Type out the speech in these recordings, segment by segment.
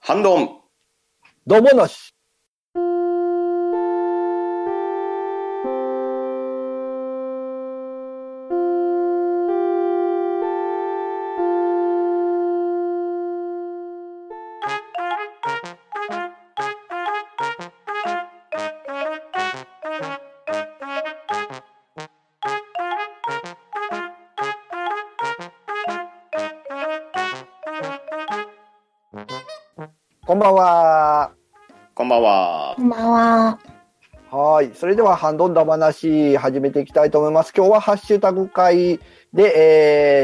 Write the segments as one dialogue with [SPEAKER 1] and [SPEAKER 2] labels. [SPEAKER 1] 反論。
[SPEAKER 2] どうもなし。こんばんは。
[SPEAKER 1] こんばんは
[SPEAKER 3] こ。んばんは。
[SPEAKER 2] はい。それでは、ハンドンダ話、始めていきたいと思います。今日はハッシュタグ会で、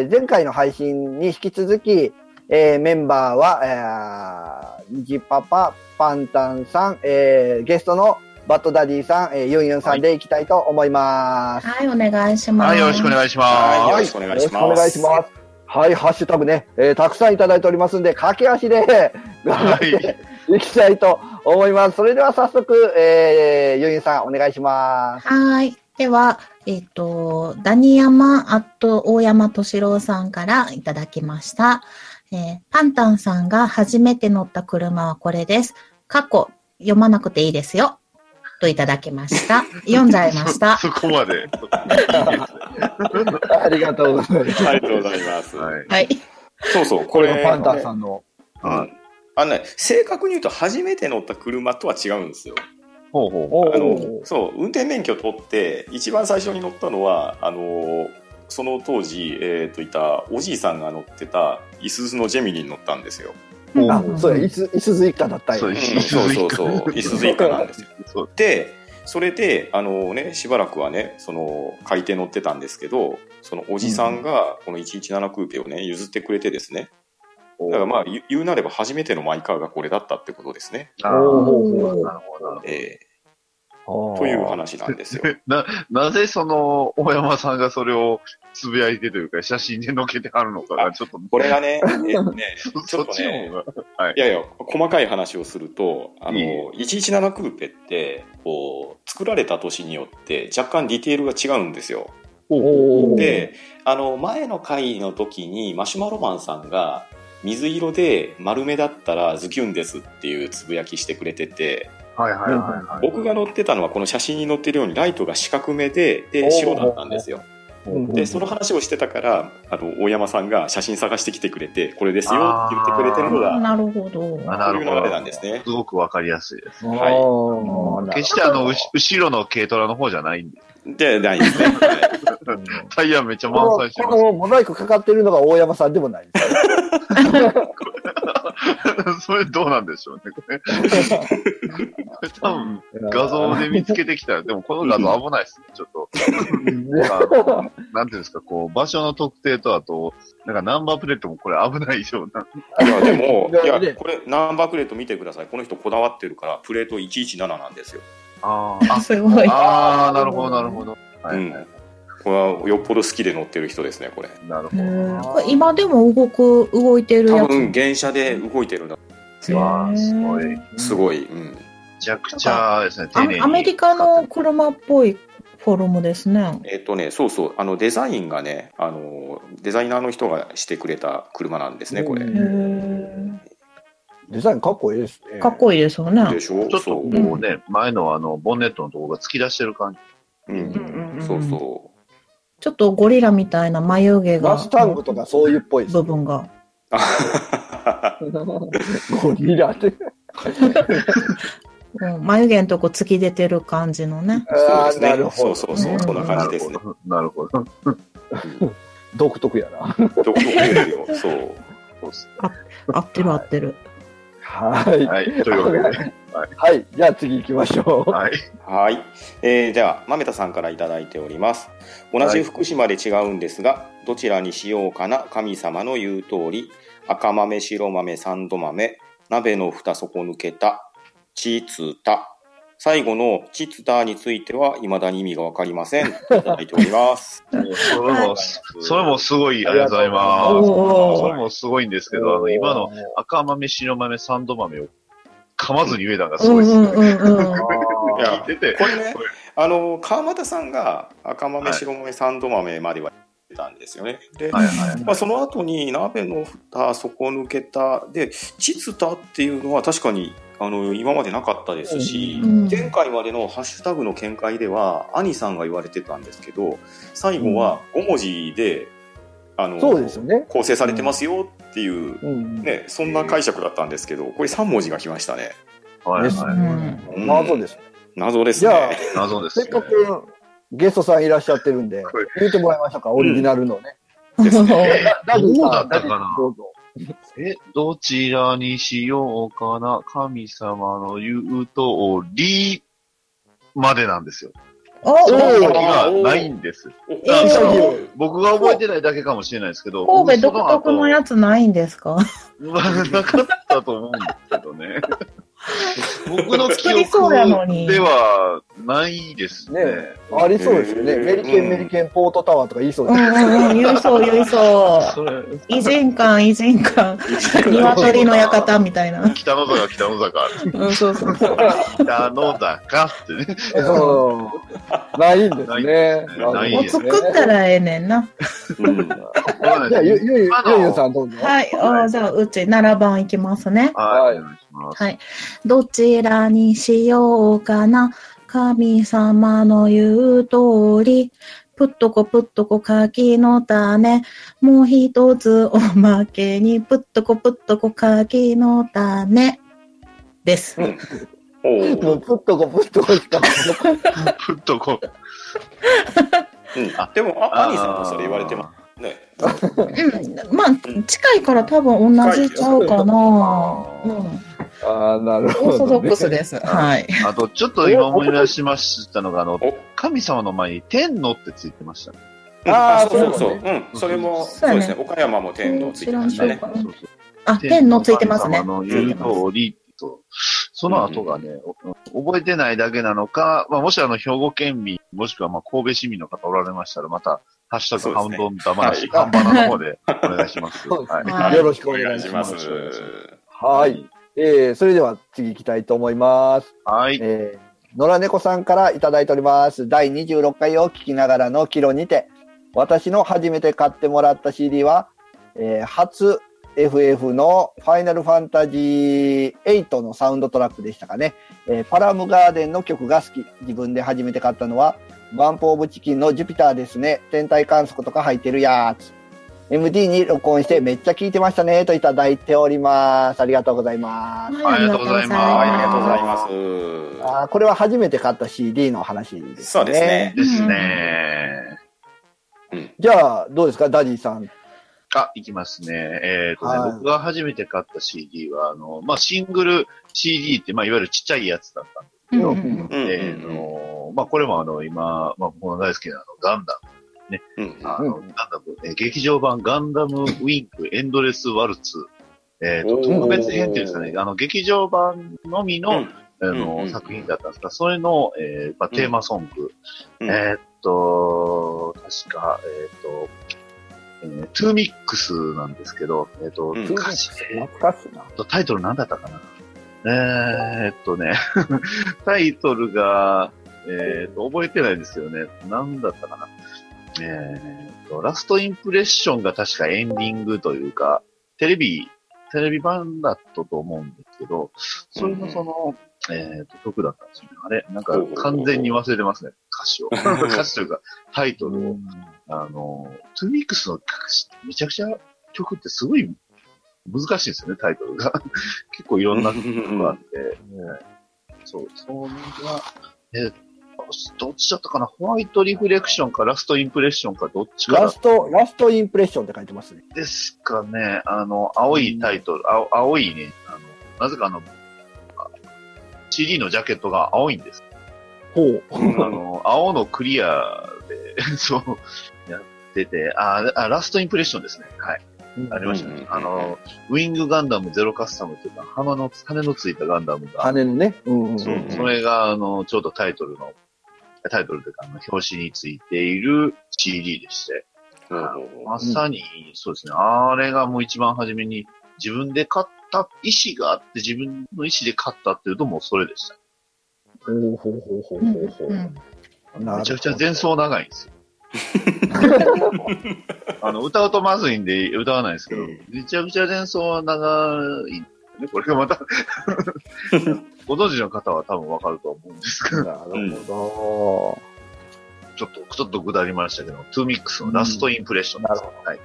[SPEAKER 2] えー前回の配信に引き続き、えーメンバーは、えー、ニジパパ、パンタンさん、えーゲストのバッドダディさん、えーユンユンさんでいきたいと思います。
[SPEAKER 3] はい、お願いします。
[SPEAKER 4] はい、よろしくお願いし
[SPEAKER 1] は
[SPEAKER 4] ま
[SPEAKER 1] い
[SPEAKER 4] す。
[SPEAKER 1] よろしくお願いします
[SPEAKER 2] よろくお願いします。はい、ハッシュタグね、えーたくさんいただいておりますんで、駆け足で、頑張
[SPEAKER 4] は
[SPEAKER 2] っ
[SPEAKER 4] い、
[SPEAKER 2] ていきたいと思います。それでは早速、えー、ユンユンさん、お願いします。
[SPEAKER 3] はい。では、えっ、と、ダニヤマアット大山敏郎さんからいただきました。えーパンタンさんが初めて乗った車はこれです。過去、読まなくていいですよ。といただきま した。読んじゃいました。
[SPEAKER 4] そ こまで。
[SPEAKER 2] ありがとうございます。
[SPEAKER 1] ありがとうございます。
[SPEAKER 4] はい。
[SPEAKER 3] はい。
[SPEAKER 1] そうそう、こ
[SPEAKER 2] こ
[SPEAKER 1] れ。
[SPEAKER 2] れがパンタンさんの。
[SPEAKER 1] う
[SPEAKER 4] は
[SPEAKER 1] んあのね、正確に言うと初めて乗った車とは違うんですよ。
[SPEAKER 4] ほうほ
[SPEAKER 2] お
[SPEAKER 1] あ
[SPEAKER 2] ー
[SPEAKER 1] のそう運転免許取って一番最初に乗ったのはあのその当時、えー、といたおじいさんが乗ってたいすゞのジェミニに乗ったんですよ。
[SPEAKER 4] うん
[SPEAKER 2] あ、そうや、いす、いすず一家だった
[SPEAKER 4] そ
[SPEAKER 2] よ
[SPEAKER 4] う。です
[SPEAKER 1] そうそうそういすゞイカなんですよ。
[SPEAKER 4] う。そう。
[SPEAKER 1] でそれであの、ね、しばらくはねその買い手乗ってたんですけどそのおじさんがこの117クーペをね譲ってくれてですねだからまあ言う言うなれば初めてのマイカーがこれだったってことですね。
[SPEAKER 4] あー
[SPEAKER 2] お
[SPEAKER 4] なるほど。
[SPEAKER 1] えー
[SPEAKER 2] お
[SPEAKER 1] という話なんですよ。
[SPEAKER 4] な、なぜその、大山さんがそれをつぶやいてというか、写真で載っけてはるのかが、ちょっと、
[SPEAKER 1] これがね、えーとね
[SPEAKER 4] そ
[SPEAKER 1] ちょ
[SPEAKER 4] そ
[SPEAKER 1] っ
[SPEAKER 4] っ
[SPEAKER 1] とね
[SPEAKER 4] ちの方が。
[SPEAKER 1] いやいや、細かい話をすると、あの、
[SPEAKER 4] いい
[SPEAKER 1] 117クーペって、こう、作られた年によって若干ディテールが違うんですよ。
[SPEAKER 2] おー
[SPEAKER 1] で、あの、前の回の時にマシュマロマンさんが、水色で丸目だったらズキュンですっていうつぶやきしてくれてて、
[SPEAKER 4] はいはいはいはい。
[SPEAKER 1] 僕が乗ってたのはこの写真に載ってるようにライトが四角めで、で、白だったんですよ。
[SPEAKER 2] うん
[SPEAKER 1] で、その話をしてたから、あの、大山さんが写真探してきてくれて、これですよって言ってくれてるのが、
[SPEAKER 3] なるほど。
[SPEAKER 4] あ
[SPEAKER 1] こ
[SPEAKER 4] な
[SPEAKER 1] うい
[SPEAKER 4] る
[SPEAKER 1] う
[SPEAKER 4] ほ
[SPEAKER 1] 流
[SPEAKER 4] ど
[SPEAKER 1] れなんですね。
[SPEAKER 4] すごくわかりやすいです。
[SPEAKER 1] はい
[SPEAKER 2] おーなる
[SPEAKER 4] 決してあの、うし後ろの軽トラの方じゃないんで。
[SPEAKER 1] で、ないですね。はい
[SPEAKER 2] ほど
[SPEAKER 4] タイヤめっちゃ満
[SPEAKER 2] こ
[SPEAKER 4] 載して
[SPEAKER 2] の
[SPEAKER 4] ま。
[SPEAKER 2] このモザイクかかってるのが大山さんでもないです
[SPEAKER 4] それどうなんでしょうね、これ。
[SPEAKER 2] す。
[SPEAKER 4] 多分、画像 で見つけてきたら、でもこの画像危ないですね、ちょっと。あのなんていうんですか、こう、場所の特定と、あと、なんかナンバープレートもこれ危ないような。
[SPEAKER 1] いやでも
[SPEAKER 2] いや、
[SPEAKER 1] いや
[SPEAKER 2] ね
[SPEAKER 1] これナンバープレート見てください。この人こだわってるから、プレート117なんですよ。
[SPEAKER 4] あ
[SPEAKER 3] すごい。
[SPEAKER 4] あー、なるほど、なるほど。は
[SPEAKER 1] う
[SPEAKER 4] い、
[SPEAKER 1] ん
[SPEAKER 4] はい。
[SPEAKER 1] これはよっぽど好きで乗ってる人ですね、これ。
[SPEAKER 4] なるほ
[SPEAKER 3] う
[SPEAKER 4] ど。
[SPEAKER 3] んこれ今でも動く、動いてるや
[SPEAKER 1] 多
[SPEAKER 3] つ。
[SPEAKER 1] 分、原車で動いてるんだ。
[SPEAKER 4] わーすごい。
[SPEAKER 3] へ
[SPEAKER 4] め
[SPEAKER 3] ー
[SPEAKER 1] すごい。うん。
[SPEAKER 4] ちゃくちゃですね、丁
[SPEAKER 3] あ
[SPEAKER 4] 寧に。
[SPEAKER 3] アメリカの車っぽいフォルムですね。
[SPEAKER 1] えっ、とね、そうそう、あの、デザインがね、あの、デザイナーの人がしてくれた車なんですね、これ。
[SPEAKER 2] う
[SPEAKER 3] へー
[SPEAKER 2] デザインかっこいいですね。
[SPEAKER 3] かっこいいですよ
[SPEAKER 1] で
[SPEAKER 3] ね。
[SPEAKER 1] しょ
[SPEAKER 4] ちょっと
[SPEAKER 1] そ
[SPEAKER 4] こ
[SPEAKER 1] う。
[SPEAKER 4] うね、前のあの、ボンネットのところが突き出してる感じ。
[SPEAKER 1] う
[SPEAKER 3] うんうん
[SPEAKER 1] ん。
[SPEAKER 3] うん
[SPEAKER 1] そうそう。
[SPEAKER 3] ちょっとゴリラみたいな眉毛が。
[SPEAKER 2] マスタングとかそういうっぽいです。
[SPEAKER 3] 部分が。
[SPEAKER 1] あ
[SPEAKER 2] ゴリラって。
[SPEAKER 3] うん眉毛のとこ突き出てる感じのね。
[SPEAKER 1] そうです
[SPEAKER 2] なる
[SPEAKER 1] ね。
[SPEAKER 2] ほ
[SPEAKER 1] そ
[SPEAKER 2] ど
[SPEAKER 1] うそうそう。そんな感じですね。
[SPEAKER 4] なるほど。なる
[SPEAKER 2] 独特やな。
[SPEAKER 1] どこですよ。そう。
[SPEAKER 4] ほどそうっすね
[SPEAKER 3] 合ってる合ってる。
[SPEAKER 2] はい。
[SPEAKER 4] はい、というわけで。
[SPEAKER 2] はい。じゃあ次行きましょう。
[SPEAKER 4] はい。
[SPEAKER 1] はい、えー、では豆田さんからいただいております同じ福島で違うんですが、どちらにしようかな神様の言う通り赤豆白豆三度豆鍋の蓋底抜けたチツタ最後のチツタについては未だに意味がわかりませんいただいております
[SPEAKER 4] もうそれも、それもすごい、ありがとうござい
[SPEAKER 2] あり
[SPEAKER 4] ます
[SPEAKER 2] がとう。ご
[SPEAKER 4] そ
[SPEAKER 2] ざい
[SPEAKER 4] れもすごいんですけど、あの、今の、赤豆、白豆、三度豆を噛まずに言えたのがす
[SPEAKER 3] う
[SPEAKER 4] ご
[SPEAKER 3] ん
[SPEAKER 4] いで
[SPEAKER 3] う
[SPEAKER 4] す
[SPEAKER 3] ん
[SPEAKER 4] ね。
[SPEAKER 3] うんうん。
[SPEAKER 1] いや
[SPEAKER 4] 聞いてて、
[SPEAKER 1] これね
[SPEAKER 4] これ
[SPEAKER 1] あの川又さんが赤
[SPEAKER 4] は
[SPEAKER 1] 豆
[SPEAKER 4] い
[SPEAKER 1] 白豆三度豆まではたんですよね。で、
[SPEAKER 4] はいはい。
[SPEAKER 1] まあ、その後に鍋の蓋底抜けたで膣たっていうのは確かにあの今までなかったですし、
[SPEAKER 3] うん
[SPEAKER 1] 前回までのハッシュタグの見解では兄さんが言われてたんですけど最後は5文字で、あの
[SPEAKER 2] そうですよね。
[SPEAKER 1] 構成されてますよっていう、
[SPEAKER 2] うん。
[SPEAKER 1] ね、そんな解釈だったんですけどこれ3文字が来ましたね。
[SPEAKER 4] はい
[SPEAKER 2] です
[SPEAKER 3] う
[SPEAKER 4] は
[SPEAKER 3] ん。
[SPEAKER 1] うん
[SPEAKER 2] まあそうです。
[SPEAKER 1] 謎です
[SPEAKER 2] じ ゃあ
[SPEAKER 1] ね。、
[SPEAKER 4] い。謎です
[SPEAKER 2] せ
[SPEAKER 4] ね
[SPEAKER 2] っ。かくゲストさんいらっしゃってるんで
[SPEAKER 4] これ、
[SPEAKER 2] 言ってもらいましょうか、オリジナルのね。
[SPEAKER 1] ですね
[SPEAKER 2] ダディ
[SPEAKER 4] どうだ
[SPEAKER 2] さ
[SPEAKER 4] っ
[SPEAKER 2] ん、ダ
[SPEAKER 4] た
[SPEAKER 2] デ
[SPEAKER 4] か
[SPEAKER 2] ィ
[SPEAKER 4] な
[SPEAKER 2] さんどうぞ。
[SPEAKER 4] え、どちらにしようかな、神様の言うとりまでなんですよ。
[SPEAKER 3] お
[SPEAKER 4] その先
[SPEAKER 2] お
[SPEAKER 4] がないんです。
[SPEAKER 1] お
[SPEAKER 3] え
[SPEAKER 4] だから
[SPEAKER 2] ー
[SPEAKER 4] 僕が覚えてないだけかもしれないですけど、
[SPEAKER 3] 神戸独特のや
[SPEAKER 4] つ。
[SPEAKER 3] つないんですか
[SPEAKER 4] なかったと思うんですけどね。僕の記
[SPEAKER 3] 作りそうやの
[SPEAKER 4] 憶
[SPEAKER 3] に
[SPEAKER 4] ではないですね。
[SPEAKER 2] ねありそうですよね。
[SPEAKER 1] うん
[SPEAKER 2] メリケン、メリケン、ポートタワーとか言いそう
[SPEAKER 3] う
[SPEAKER 2] で
[SPEAKER 3] ん
[SPEAKER 2] す。
[SPEAKER 3] うんうん、言いそう、言いそ。
[SPEAKER 4] そうれ
[SPEAKER 3] 偉人館、偉人館、鶏の館みたいな。
[SPEAKER 4] 北の坂、北の坂、
[SPEAKER 3] うん、そうそうそう。
[SPEAKER 4] 北の坂ってね。
[SPEAKER 2] そう。ないんですね。
[SPEAKER 4] ない
[SPEAKER 3] もう
[SPEAKER 4] です
[SPEAKER 3] 作ったらええねんな。
[SPEAKER 1] うん
[SPEAKER 4] わかんない
[SPEAKER 2] じゃあ、ゆ、ゆ、ゆ
[SPEAKER 4] 今の
[SPEAKER 2] ゆゆさんどうぞ。
[SPEAKER 3] はい、あーじゃあ、うち、7番いきますね。
[SPEAKER 4] はい、お願いします。
[SPEAKER 3] はい。どちらにしようかな。神様の言う通り。ぷっとこぷっとこ柿の種。もう一つおまけに、ぷっとこぷっとこ柿の種。です。
[SPEAKER 1] おう
[SPEAKER 2] もうプッとこ、プッとこしか。
[SPEAKER 4] ふっとこう。
[SPEAKER 1] うんあでも、あ、兄さんもそれ言われてますね。
[SPEAKER 3] うん、まあ、近いから多分同じちゃうかな。うん、オ
[SPEAKER 2] ああ、なるほど、ね。
[SPEAKER 3] ーソドックスです。はい。
[SPEAKER 4] あと、ちょっと今思い出しましたのが、あの
[SPEAKER 1] お、
[SPEAKER 4] 神様の前に天のってついてましたね。
[SPEAKER 1] うん
[SPEAKER 2] あー
[SPEAKER 1] そうそうそう。
[SPEAKER 2] そう
[SPEAKER 1] うん。それも、
[SPEAKER 3] そう
[SPEAKER 1] そう
[SPEAKER 3] や
[SPEAKER 1] で
[SPEAKER 3] ね
[SPEAKER 1] すね。岡山も天皇ついてました
[SPEAKER 3] そう
[SPEAKER 1] ね
[SPEAKER 3] か。
[SPEAKER 4] そうそう
[SPEAKER 3] あ、天のついてますね
[SPEAKER 4] 天。の神様の言う通りと、その後がね、お覚えてないだけなのか、まあ、もしあの、兵庫県民、もしくはまあ神戸市民の方おられましたら、また、ハッシュタグ、ハ
[SPEAKER 1] そう
[SPEAKER 4] ン
[SPEAKER 1] ですね
[SPEAKER 4] ドン騙なし、
[SPEAKER 1] は
[SPEAKER 4] ハンバナの方でお願いします。
[SPEAKER 2] そうですね
[SPEAKER 3] はい
[SPEAKER 2] よろしく
[SPEAKER 1] お
[SPEAKER 2] お
[SPEAKER 1] 願
[SPEAKER 2] 願い
[SPEAKER 1] い
[SPEAKER 2] し
[SPEAKER 1] し
[SPEAKER 2] ま。
[SPEAKER 1] ますす。
[SPEAKER 2] は。い。えー、それでは次行きたいと思います。
[SPEAKER 4] はい。
[SPEAKER 2] えー、野良猫さんからいただいております。第26回を聞きながらのキロにて、私の初めて買ってもらった CD は、えー初 FF のファイナルファンタジー8のサウンドトラックでしたかね。えーパラムガーデンの曲が好き。自分で初めて買ったのは、バンプオブチキンのジュピターですね。天体観測とか入ってるやつ。MD に録音してめっちゃ聴いてましたねといただいております。ありがとうございます。
[SPEAKER 4] ありがとうございます
[SPEAKER 1] はい、ありがとうござ
[SPEAKER 3] あ
[SPEAKER 1] いま
[SPEAKER 2] あーこれは初めて買った CD の話ですね。
[SPEAKER 1] す。そうですね。
[SPEAKER 4] ですね。
[SPEAKER 2] じゃあ、どうですか、ダディさん。
[SPEAKER 4] あ、いきますね。えっ、とね、
[SPEAKER 2] はい
[SPEAKER 4] 僕が初めて買った CD は、あの、まあ、シングル CD って、まあ、いわゆるちっちゃいやつだったん
[SPEAKER 3] う
[SPEAKER 2] うん
[SPEAKER 3] ん
[SPEAKER 2] う
[SPEAKER 3] うんん
[SPEAKER 1] うん
[SPEAKER 4] で、あの、まあ、これもあの、今、まあ、僕の大好きなあの、ガンダム、
[SPEAKER 1] うんうん
[SPEAKER 4] あの、
[SPEAKER 2] う
[SPEAKER 4] ガンダム、えー劇場版ガンダムウィンクエンドレスワルツ、えっ、と、
[SPEAKER 1] おー
[SPEAKER 4] 特別編っていうんですかね、あの、劇場版のみの、あ
[SPEAKER 1] う
[SPEAKER 4] の、
[SPEAKER 1] んうん
[SPEAKER 4] 作品だったんですが、それの、えーまあ、テーマソング、
[SPEAKER 1] うんうん
[SPEAKER 4] えーっと、確か、えーっと、えートゥーミックスなんですけど、えーっと、
[SPEAKER 1] うん
[SPEAKER 4] 歌詞えー
[SPEAKER 2] 懐かしいな
[SPEAKER 4] っ。とタイトル何だったかなえーっとね、 タイトルが、えーっと、覚えてないんですよね。何だったかなえーっと、ラストインプレッションが確かエンディングというか、テレビ、テレビ版だったと思うんですけど、それのその、えーっと、曲だったんですよね。あれなんか完全に忘れてますね、歌詞を。歌詞というか、タイトルを。あの、トゥーミックスの歌詞ってめちゃくちゃ曲ってすごい難しいんですよね、タイトルが。 結構いろんな曲があって、そう、そういうのが、えーどっちだったかなホワイトリフレクションかラストインプレッションかどっちか
[SPEAKER 2] ラ
[SPEAKER 4] だ
[SPEAKER 2] スト、ラストインプレッションって書いてますね。
[SPEAKER 4] ですかね。あの、青いタイトル、青青いね、あの、なぜかあの、あ CD のジャケットが青いんです。
[SPEAKER 2] ほう。
[SPEAKER 4] あの、青のクリアで、 そう、やってて、あ、あラストインプレッションですね。はい。ありました
[SPEAKER 1] う
[SPEAKER 4] ね。
[SPEAKER 1] ん
[SPEAKER 4] あの、ウィングガンダムゼロカスタムというか、鼻の、羽のついたガンダムが、
[SPEAKER 2] 羽のね。うんうん。
[SPEAKER 4] そううんそれが、あの、ちょうどタイトルの、タイトルというか、あの表紙についている CD でして、まさに、そうですね、あれがもう一番初めに、自分で買った、意思があって、自分の意思で買ったっていうと、もうそれでした。
[SPEAKER 2] ほうほうほうほうほうほう。
[SPEAKER 3] うん
[SPEAKER 2] なるほど
[SPEAKER 4] めちゃくちゃ前奏長いんですよ。あの、歌うとまずいんで歌わないですけど、めちゃくちゃ前奏は長い。ね、これがまた ご存知の方は多分わかると思うんですけど、
[SPEAKER 2] なるほ
[SPEAKER 4] ちょっと、ちょっとぐだりましたけど、トゥーミックスのラストインプレッションです。はい。
[SPEAKER 2] ど。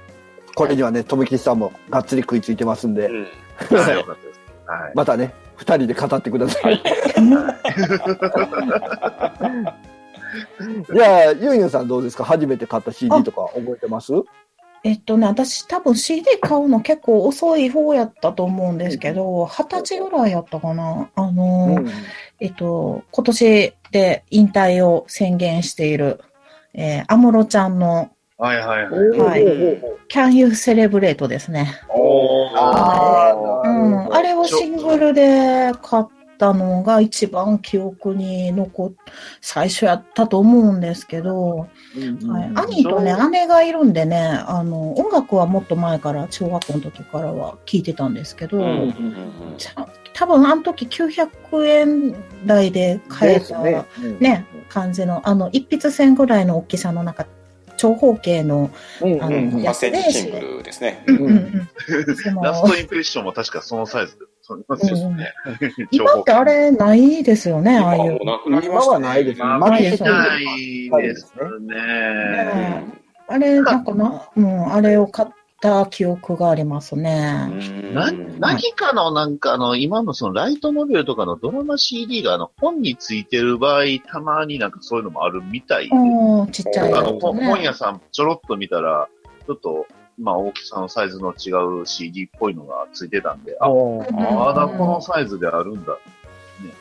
[SPEAKER 2] これにはね、とめきりさんもがっつり食いついてますんで、
[SPEAKER 1] うん
[SPEAKER 4] あよかったです。はい。
[SPEAKER 2] またね、二人で語ってください。 じゃあ、ゆいのさんどうですか初めて買った CD とか覚えてます
[SPEAKER 3] えっとね、私多分 CD 買うの結構遅い方やったと思うんですけど、二十歳ぐらいやったかな。あのー、えっと、今年で引退を宣言している、えー、安室ちゃんの
[SPEAKER 4] はいはいはい。
[SPEAKER 3] はい
[SPEAKER 2] うん。
[SPEAKER 3] Can You Celebrate ですね。
[SPEAKER 4] おー
[SPEAKER 2] あー
[SPEAKER 3] う
[SPEAKER 2] なるほ
[SPEAKER 3] ん、
[SPEAKER 2] ど
[SPEAKER 3] あれをシングルで買ったのが一番記憶に残っ、最初やったと思うんですけど、はい、兄とね、姉がいるんでね、あの、音楽はもっと前から、小学校の時からは聴いてたんですけど、
[SPEAKER 1] うんうん
[SPEAKER 3] ちゃ多分あの時900円台で買えた、ね
[SPEAKER 2] うん
[SPEAKER 3] 感じの、あの、一筆線ぐらいの大きさの中、長方形の、
[SPEAKER 2] うん
[SPEAKER 3] あ
[SPEAKER 1] う
[SPEAKER 3] の
[SPEAKER 1] んうん
[SPEAKER 3] や
[SPEAKER 1] 8
[SPEAKER 3] つで
[SPEAKER 1] センチシングルですね。
[SPEAKER 3] うん
[SPEAKER 2] ん
[SPEAKER 3] うんうん、その
[SPEAKER 4] ラストインプレッションも確かそのサイズで撮りますよね。
[SPEAKER 3] 今ってあれないですよね、あ
[SPEAKER 1] 今
[SPEAKER 3] あい
[SPEAKER 1] はも
[SPEAKER 3] う
[SPEAKER 1] う。なくなりましたね。
[SPEAKER 2] 今はないですね
[SPEAKER 4] まあ、
[SPEAKER 3] マ
[SPEAKER 4] 見
[SPEAKER 3] ジで
[SPEAKER 4] えないです
[SPEAKER 1] う
[SPEAKER 4] ね。
[SPEAKER 1] ん
[SPEAKER 3] あれ、なんかな、うん、あれを買った記憶がありますね。
[SPEAKER 4] な
[SPEAKER 1] うん
[SPEAKER 4] 何かのなんかあの、今のそのライトノベルとかのドラマ CD があの、本についてる場合、たまになんかそういうのもあるみたいで、
[SPEAKER 3] うん、ちっちゃい
[SPEAKER 4] あ
[SPEAKER 3] や
[SPEAKER 4] の、
[SPEAKER 3] つ
[SPEAKER 4] 本本
[SPEAKER 3] ね。
[SPEAKER 4] 屋さんちょろっと見たら、ちょっと、まあ大きさのサイズの違う CD っぽいのがついてたんで、あ、
[SPEAKER 2] おー
[SPEAKER 4] まだこの
[SPEAKER 3] う
[SPEAKER 4] サイズであるんだ。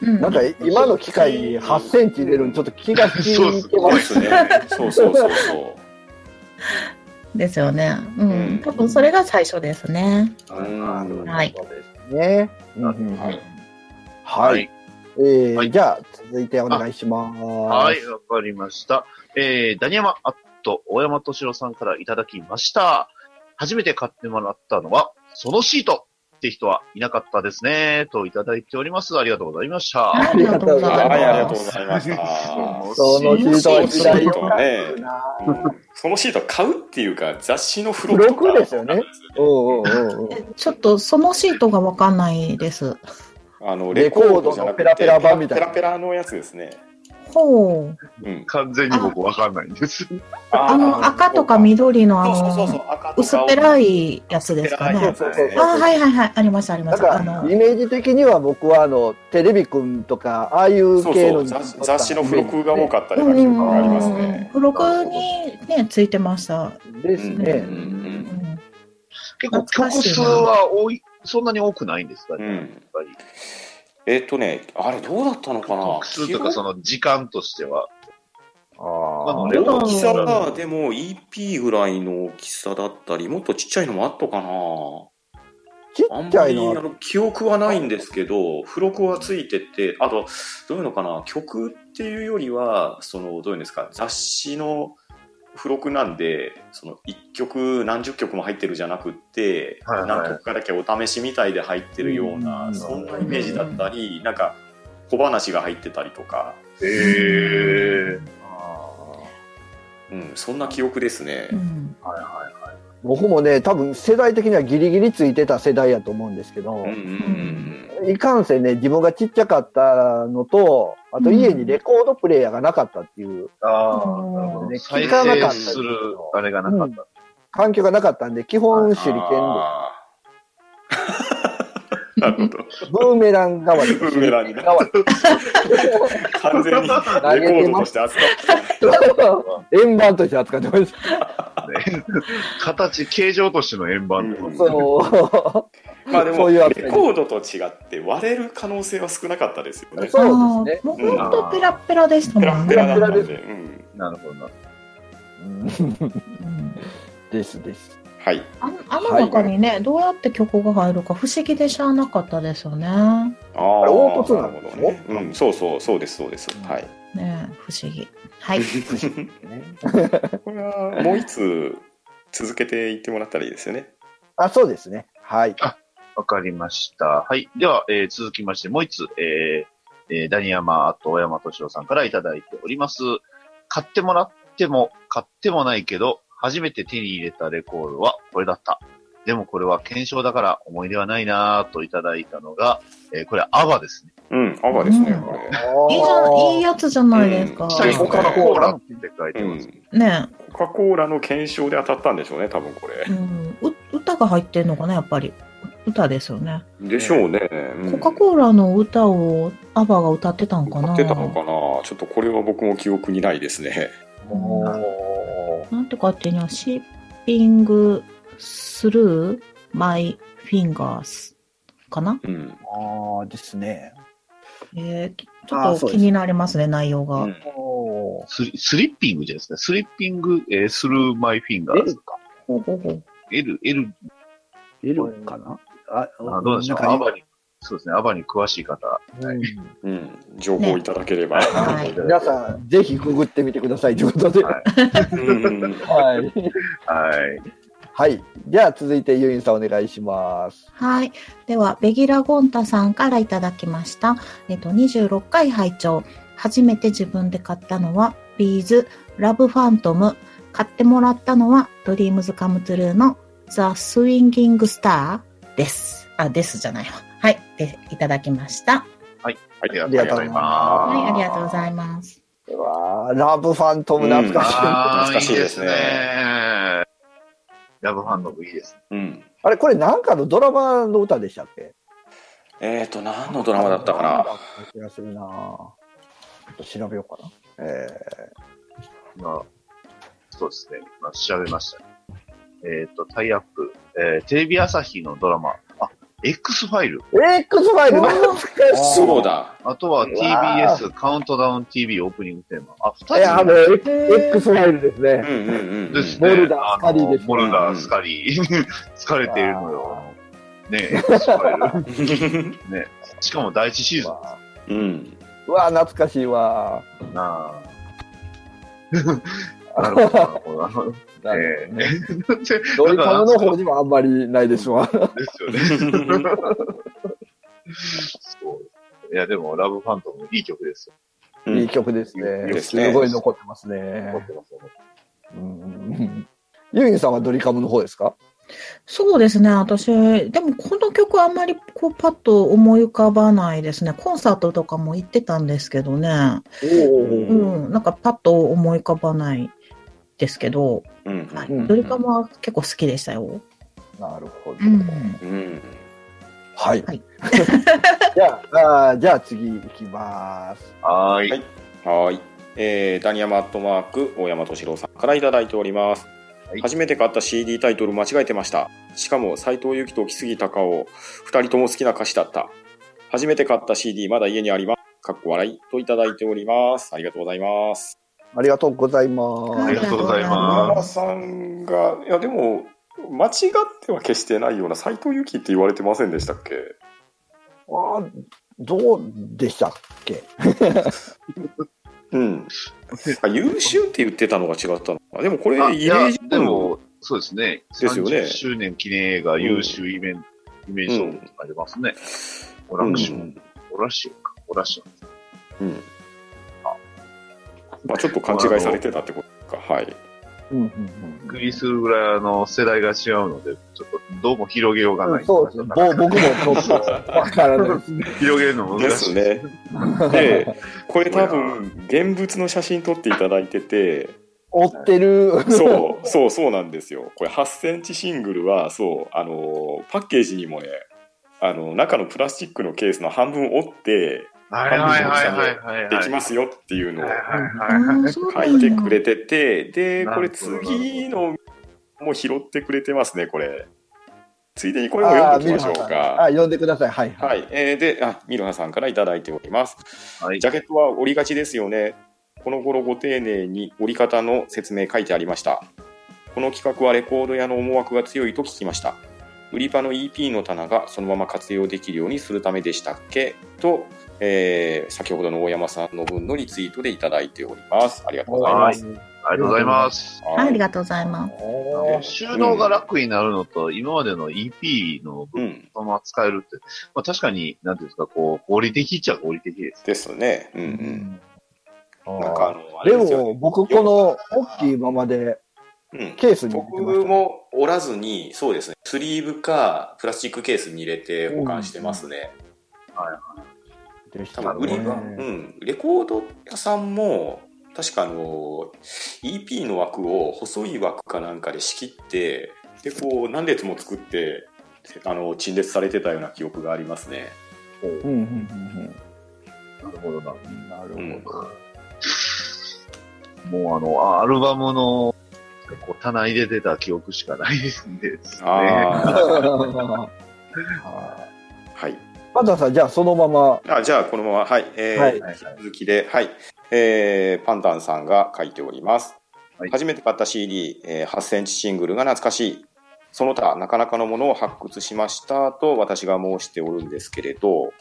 [SPEAKER 3] ん、
[SPEAKER 2] なんか今の機械に8センチ入れるのちょっと気が引いて
[SPEAKER 1] そう
[SPEAKER 2] ま。
[SPEAKER 1] ですすね。そうそうそうそう。
[SPEAKER 3] ですよね。う
[SPEAKER 1] うん
[SPEAKER 3] ん、多分それが最初ですね。
[SPEAKER 1] うん
[SPEAKER 3] はい
[SPEAKER 2] そうですね。うん
[SPEAKER 1] はい
[SPEAKER 2] はい。。えー
[SPEAKER 4] はい
[SPEAKER 2] じゃあ、続いてお願いします。
[SPEAKER 4] はい、わかりました。えー、ダニヤマアット、大山敏郎さんからいただきました。初めて買ってもらったのは、そのシートって人はいなかったですね、といただいております。ありがとうございました。
[SPEAKER 3] ありがとうござい
[SPEAKER 1] はい、ありが
[SPEAKER 3] ま
[SPEAKER 1] とう
[SPEAKER 3] す。
[SPEAKER 1] ございました。
[SPEAKER 2] そのシートは時代よ
[SPEAKER 1] そ
[SPEAKER 2] か
[SPEAKER 1] のシート
[SPEAKER 2] っ
[SPEAKER 1] ね
[SPEAKER 2] たな。
[SPEAKER 1] うんそのシート買うっていうか、雑誌の付
[SPEAKER 2] 付
[SPEAKER 1] 録とか
[SPEAKER 2] 録ですよね。おうおうおうおう
[SPEAKER 3] えちょっとそのシートがわかんないです。
[SPEAKER 1] あの、レ
[SPEAKER 2] レ
[SPEAKER 1] コ
[SPEAKER 2] コ
[SPEAKER 1] ー
[SPEAKER 2] ー
[SPEAKER 1] ド
[SPEAKER 2] ド
[SPEAKER 1] じゃな
[SPEAKER 2] の
[SPEAKER 1] くて、
[SPEAKER 2] ペラペラ版みたいな
[SPEAKER 1] ペラペラのやつですね。
[SPEAKER 3] ほう。
[SPEAKER 1] うん。
[SPEAKER 4] 完全に僕わかんない んです。
[SPEAKER 3] あの赤とか緑のあ
[SPEAKER 1] そうそうそう
[SPEAKER 3] の
[SPEAKER 1] そう、赤とか
[SPEAKER 3] 薄っぺら
[SPEAKER 1] い
[SPEAKER 3] いやつですか
[SPEAKER 1] や
[SPEAKER 3] ね
[SPEAKER 1] つ。
[SPEAKER 2] そうそう
[SPEAKER 1] ね
[SPEAKER 2] そう
[SPEAKER 3] あ、はいはいはい。ありましたありま
[SPEAKER 2] なん
[SPEAKER 3] した。
[SPEAKER 2] か
[SPEAKER 3] あの
[SPEAKER 2] イ、メージ的には僕はあのテレビくんとかああいう
[SPEAKER 1] そう
[SPEAKER 2] 系
[SPEAKER 1] そ
[SPEAKER 2] の
[SPEAKER 1] う雑雑誌の付録が多
[SPEAKER 2] 多か
[SPEAKER 1] かったよ
[SPEAKER 3] う
[SPEAKER 1] うな
[SPEAKER 3] んう
[SPEAKER 1] 記憶
[SPEAKER 3] ん
[SPEAKER 1] があります
[SPEAKER 3] うんうん
[SPEAKER 1] ね。
[SPEAKER 3] 付録にね、ついてました。
[SPEAKER 2] ったですね。
[SPEAKER 1] うんうん
[SPEAKER 3] うん
[SPEAKER 4] 結構曲数は多い、そんなに多くないんですか、
[SPEAKER 1] う
[SPEAKER 4] やっ
[SPEAKER 1] ん
[SPEAKER 4] ぱり。
[SPEAKER 1] えっとね、あれどうだったのかな
[SPEAKER 4] 曲数とかその時間としては。
[SPEAKER 2] あ
[SPEAKER 4] あ
[SPEAKER 2] ー
[SPEAKER 4] の
[SPEAKER 1] 大きさが、でも EP ぐらいの大きさだったり、もっとちっちゃいのもあったかな。
[SPEAKER 2] ち
[SPEAKER 1] あん
[SPEAKER 2] っち
[SPEAKER 1] ま
[SPEAKER 2] ゃ
[SPEAKER 1] り
[SPEAKER 2] い
[SPEAKER 1] あ
[SPEAKER 2] の
[SPEAKER 1] の記憶はないんですけど、付録はついてて、あと、どういうのかな、曲っていうよりは、その、どういうんですか、雑誌の付録なんで、その、1曲、何十曲も入ってるじゃなくって、
[SPEAKER 4] はいはい
[SPEAKER 1] 何曲かだけお試しみたいで入ってるような、
[SPEAKER 2] うん
[SPEAKER 1] そんなイメージだったり、なんか、小話が入ってたりとか、
[SPEAKER 4] へー。
[SPEAKER 1] うん、そんな記憶ですね。
[SPEAKER 3] うん
[SPEAKER 4] はいはい。
[SPEAKER 2] 僕もね多分世代的にはギリギリついてた世代やと思うんですけど、
[SPEAKER 1] うんうんうん
[SPEAKER 2] いかんせんね自分がちっちゃかったのとあと家にレコードプレイヤーがなかったっていう
[SPEAKER 4] ああ、
[SPEAKER 3] うん
[SPEAKER 4] なるほど。
[SPEAKER 2] ね
[SPEAKER 4] 再
[SPEAKER 2] 聞かなかった
[SPEAKER 4] 生
[SPEAKER 2] んです
[SPEAKER 4] す
[SPEAKER 2] けど
[SPEAKER 4] るあれがなかった。
[SPEAKER 2] 環境がなかったんで基
[SPEAKER 1] う
[SPEAKER 2] 本
[SPEAKER 1] ん。
[SPEAKER 2] 手裏
[SPEAKER 1] あーなるほど。
[SPEAKER 2] 剣でブーメラン代わり
[SPEAKER 1] ブーメランに
[SPEAKER 2] 手裏剣代わり
[SPEAKER 1] 完全にレコードとして扱ってた。
[SPEAKER 2] 円盤として扱ってました。
[SPEAKER 4] ね形、形状としての円盤とか、
[SPEAKER 1] うん
[SPEAKER 2] そ
[SPEAKER 1] まあで
[SPEAKER 2] そ
[SPEAKER 1] も、
[SPEAKER 2] ういうわけ
[SPEAKER 1] レコードと違って割れる可能性は少なかったですよね。
[SPEAKER 2] そうですね
[SPEAKER 3] あーもう本当ペラッペラでした
[SPEAKER 1] ペ
[SPEAKER 3] も
[SPEAKER 1] ラ
[SPEAKER 3] ん
[SPEAKER 1] ッペ
[SPEAKER 3] ね。
[SPEAKER 1] ラだったんで。
[SPEAKER 2] ペ
[SPEAKER 1] うん
[SPEAKER 4] なるほどな。
[SPEAKER 2] う。
[SPEAKER 3] うん
[SPEAKER 2] ですです。
[SPEAKER 1] はい。
[SPEAKER 3] あのあの中にね、どうやって曲が入るか不思議でしゃあなかったですよね。
[SPEAKER 1] ああ
[SPEAKER 2] 凹凸なの
[SPEAKER 1] るほどね。うん、そうそう、そうです、そうです。はい。
[SPEAKER 3] ねえ不思議。はい。
[SPEAKER 1] これはもう一つ続けていってもらったらいいですよね。
[SPEAKER 2] あ、そうですね。はい。
[SPEAKER 4] わかりました。はい。では、えー続きまして、もう一つ、えーえーダニヤマと大山敏郎さんからいただいております。買ってもらっっても、買ってもないけど、初めて手に入れたレコードはこれだった。でもこれは検証だから思い出はないなぁといただいたのが、えーこれはアバですね。
[SPEAKER 1] うん、アバですね、
[SPEAKER 3] うん
[SPEAKER 1] これ。
[SPEAKER 3] いいじゃん、いいやつじゃないですか。
[SPEAKER 1] うん
[SPEAKER 4] コカ・コーラって書いて
[SPEAKER 1] う
[SPEAKER 4] ます。
[SPEAKER 1] ん、
[SPEAKER 3] ね
[SPEAKER 1] コカ・コーラの検証で当たったんでしょうね、多分これ
[SPEAKER 3] え、う。ん、う歌が入ってるのかな、やっぱり。歌ですよね。
[SPEAKER 1] でしょうね。
[SPEAKER 3] コカ・コーラの歌をアバが歌ってたのか
[SPEAKER 1] 買
[SPEAKER 3] な。
[SPEAKER 1] ってたのかなちょっとこれは僕も記憶にないですね。
[SPEAKER 3] うん
[SPEAKER 4] お
[SPEAKER 3] なんて書いてんや、シッピングスルーマイフィンガースかな。
[SPEAKER 1] うん。
[SPEAKER 2] ああですね。
[SPEAKER 3] えー、ち
[SPEAKER 2] あ
[SPEAKER 3] ょ
[SPEAKER 2] ー
[SPEAKER 3] っ
[SPEAKER 2] そ
[SPEAKER 3] と
[SPEAKER 2] う
[SPEAKER 3] 気
[SPEAKER 2] です
[SPEAKER 3] になりますね、内容が。
[SPEAKER 1] うん
[SPEAKER 2] おー
[SPEAKER 4] スリスリッピングじゃないですか。スリッピング、えー、スルーマイフィンガー
[SPEAKER 2] L
[SPEAKER 4] ズ。
[SPEAKER 2] か。
[SPEAKER 3] ほうほうほう。
[SPEAKER 4] L、L、
[SPEAKER 2] L かなあ
[SPEAKER 4] あどうでしょう。
[SPEAKER 2] なん
[SPEAKER 4] ア
[SPEAKER 2] か
[SPEAKER 4] バに、そうですね、アバに詳しい方。
[SPEAKER 2] うん
[SPEAKER 1] うん。情報いただければ。
[SPEAKER 3] はい
[SPEAKER 2] 皆さん、ぜひググってみてくださいということで。
[SPEAKER 4] は
[SPEAKER 1] うん
[SPEAKER 2] はい。
[SPEAKER 4] はい。
[SPEAKER 2] はい。じゃあ、続いて、ユインさんお願いします。
[SPEAKER 3] はい。では、ベギラ・ゴンタさんからいただきました。えっと、26回拝聴初めて自分で買ったのは、ビーズ、ラブ・ファントム。買ってもらったのは、ドリームズ・カム・トゥルーのザ・スインギング・スターです。あ、ですじゃないわ。はい。で、いただきました。
[SPEAKER 4] ありがとうございま
[SPEAKER 3] はい、ありがとうございます。
[SPEAKER 2] うわーラブファントム懐
[SPEAKER 4] す。
[SPEAKER 2] かしい。あ
[SPEAKER 4] あ
[SPEAKER 1] 懐
[SPEAKER 4] ー
[SPEAKER 1] かしいですね
[SPEAKER 4] いいラブハンドもいいですね。
[SPEAKER 1] うん。
[SPEAKER 2] れ、これなんかのドラマの歌でしたっけ
[SPEAKER 1] えっ、ー、と、何のドラマだったか
[SPEAKER 2] ドラマ
[SPEAKER 1] な
[SPEAKER 2] だった気がするなちょっと調べようかな。え
[SPEAKER 4] まあ、そうですね。まあ、調べました、ね。えっ、と、タイアップ、えーテレビ朝日のドラマ、あ、X ファイル、
[SPEAKER 2] ー、X ファイル
[SPEAKER 3] おー
[SPEAKER 2] 懐かしい。
[SPEAKER 1] そうだ。
[SPEAKER 4] あとは
[SPEAKER 2] うわ
[SPEAKER 4] TBS カウントダウン TV オープニングテーマ。あ、二つ
[SPEAKER 2] いや、あの、X
[SPEAKER 3] へー
[SPEAKER 2] ファイルです
[SPEAKER 1] うん
[SPEAKER 2] ね。
[SPEAKER 1] うんうん、う
[SPEAKER 4] で
[SPEAKER 1] ん。
[SPEAKER 4] す
[SPEAKER 2] ボ
[SPEAKER 4] ね。
[SPEAKER 2] ルダースカリーですね
[SPEAKER 4] あのボルダースカリー。 疲れているのよ。ね、X ファイル。ね、しかも第一シーズ
[SPEAKER 2] う
[SPEAKER 4] ン
[SPEAKER 2] わ
[SPEAKER 1] うん。
[SPEAKER 2] うわ懐かしいわ
[SPEAKER 4] なあ。なるほどなるほど。
[SPEAKER 2] なる
[SPEAKER 4] え
[SPEAKER 2] ほど
[SPEAKER 4] え
[SPEAKER 2] ね
[SPEAKER 4] です
[SPEAKER 2] ドリカムの方にもあんまりないですわ。
[SPEAKER 4] よね。そう。いや、でも、ラブファントムいい曲ですよ。
[SPEAKER 1] うん
[SPEAKER 2] いい曲ですね。
[SPEAKER 1] ですね
[SPEAKER 2] すごい残ってます
[SPEAKER 4] 残っ
[SPEAKER 2] ね。
[SPEAKER 4] てますよね。
[SPEAKER 2] うんうんうんユインさんはドリカムの方ですか
[SPEAKER 3] そうですね、私、でもこの曲あんまりこうパッと思い浮かばないですね。コンサートとかも行ってたんですけどね。
[SPEAKER 1] ー
[SPEAKER 3] うん、なんかパッと思い浮かばないですけど、
[SPEAKER 1] うん
[SPEAKER 3] はい
[SPEAKER 2] うん
[SPEAKER 3] ドリカムは結構好きでしたよ。
[SPEAKER 2] なるほど。
[SPEAKER 1] うん。
[SPEAKER 2] はい
[SPEAKER 3] はい。
[SPEAKER 2] じゃあ、あーじゃあ次行きます。
[SPEAKER 4] はーい。
[SPEAKER 1] はいはーい。えー、ダニヤマットマーク、大山敏郎さんからいただいております。
[SPEAKER 4] はい
[SPEAKER 1] 初めて買った CD タイトル間違えてました。しかも、斉藤由貴と木杉隆夫、二人とも好きな歌詞だった。初めて買った CD、まだ家にあります。かっこ笑いといただいております。ありがとうございます。
[SPEAKER 2] ありがとうございま
[SPEAKER 4] あり
[SPEAKER 2] す。
[SPEAKER 4] がとうござい
[SPEAKER 1] 大
[SPEAKER 4] ま
[SPEAKER 1] 山さんが、いや、でも、間違っては決してないような斉藤由貴って言われてませんでしたっけ
[SPEAKER 2] あーどうでしたっけ
[SPEAKER 1] うん。あ優秀って言ってたのが違ったのか。でもこれ、
[SPEAKER 4] あい
[SPEAKER 1] イメ
[SPEAKER 4] や
[SPEAKER 1] ージ、
[SPEAKER 4] でも、そうですね。
[SPEAKER 1] ですよね
[SPEAKER 4] 30周年記念映画優秀イベント、イメージ賞ありますね。オラクション。オラシオか。オラシオ。
[SPEAKER 1] うん。まあちょっと勘違いされてたってことか。はい。
[SPEAKER 2] うんうん
[SPEAKER 4] びっくりするぐらいあの世代が違うので、ちょっとどうも広げようが
[SPEAKER 2] う
[SPEAKER 4] ない。
[SPEAKER 2] ん、そうですね。ぼ僕もちょっとわからないですね。
[SPEAKER 4] 広げるのも
[SPEAKER 1] で
[SPEAKER 4] 難
[SPEAKER 1] す
[SPEAKER 4] しい。
[SPEAKER 1] ね。で、これ多分、現物の写真撮っていただいてて、
[SPEAKER 2] 追ってる。
[SPEAKER 1] そう、そう、そうなんですよ。これ8センチシングルは、そう、あのーパッケージにもね、あの中のプラスチックのケースの半分折って
[SPEAKER 4] はいはいはいはいはい。。
[SPEAKER 1] できますすよっていうのを
[SPEAKER 4] はい
[SPEAKER 3] あ
[SPEAKER 4] はいはい。
[SPEAKER 3] ーそう
[SPEAKER 1] 書
[SPEAKER 3] なん
[SPEAKER 1] いて
[SPEAKER 3] や
[SPEAKER 1] くれてて、で、これ
[SPEAKER 4] なるほど
[SPEAKER 1] 次のも拾ってくれてますね、これ。ついでにこれも読んでおきましょう
[SPEAKER 2] あー見るはずあ
[SPEAKER 1] か。
[SPEAKER 2] 読んでください。はい。
[SPEAKER 1] は。い、えーで、あ、ミルハさんからいただいております。
[SPEAKER 4] はい
[SPEAKER 1] ジャケットは折りがちですよね。この頃ご丁寧に折り方の説明書いてありました。この企画はレコード屋の思惑が強いと聞きました。売り場の EP の棚がそのまま活用できるようにするためでしたっけと、えー先ほどの大山さんの分のリツイートでいただいております。ありがとうございます。
[SPEAKER 4] ありがとうございます。
[SPEAKER 3] はい、あり
[SPEAKER 1] が
[SPEAKER 3] がとうございます。
[SPEAKER 2] おー
[SPEAKER 4] 収納が楽になるのと、今までの EP の
[SPEAKER 1] う
[SPEAKER 4] 分
[SPEAKER 1] ん。
[SPEAKER 4] そのまま使えるって、まあ確かに、なんていうんですか、こう、合理的っちゃ合理的です。
[SPEAKER 1] ですね。うんう。
[SPEAKER 2] うんん
[SPEAKER 1] なんかあの、あ
[SPEAKER 2] で
[SPEAKER 1] れですよね
[SPEAKER 2] も、僕この大きいままで
[SPEAKER 1] うん、
[SPEAKER 2] ケースに入れてまし
[SPEAKER 1] 僕
[SPEAKER 2] たね。
[SPEAKER 1] も折らずに、そうですね、スリーブかプラスチックケースに入れて保管してますね。
[SPEAKER 2] でし
[SPEAKER 1] 多
[SPEAKER 2] た
[SPEAKER 1] 分売り場、う
[SPEAKER 2] ね。
[SPEAKER 1] ん、レコード屋さんも、確かあの、EP の枠を細い枠かなんかで仕切って、で、こう、何列も作って、あの、陳列されてたような記憶がありますね。
[SPEAKER 2] うんうんうん
[SPEAKER 4] なるほどな。
[SPEAKER 2] うんなるほど。
[SPEAKER 4] もうあの、あアルバムの、こう、棚入れてた記憶しかないですね。
[SPEAKER 1] ああ、
[SPEAKER 2] はい
[SPEAKER 1] はい。
[SPEAKER 2] パンタンさん、じゃあそのまま、
[SPEAKER 1] あじゃあ、このまま、はい。えー
[SPEAKER 2] はい
[SPEAKER 4] はいはい
[SPEAKER 1] 続きで、はい、えーパンタンさんが書いております。
[SPEAKER 4] はい
[SPEAKER 1] 初めて買った CD、えー8センチシングルが懐かしい。その他、なかなかのものを発掘しましたと私が申しておるんですけれど、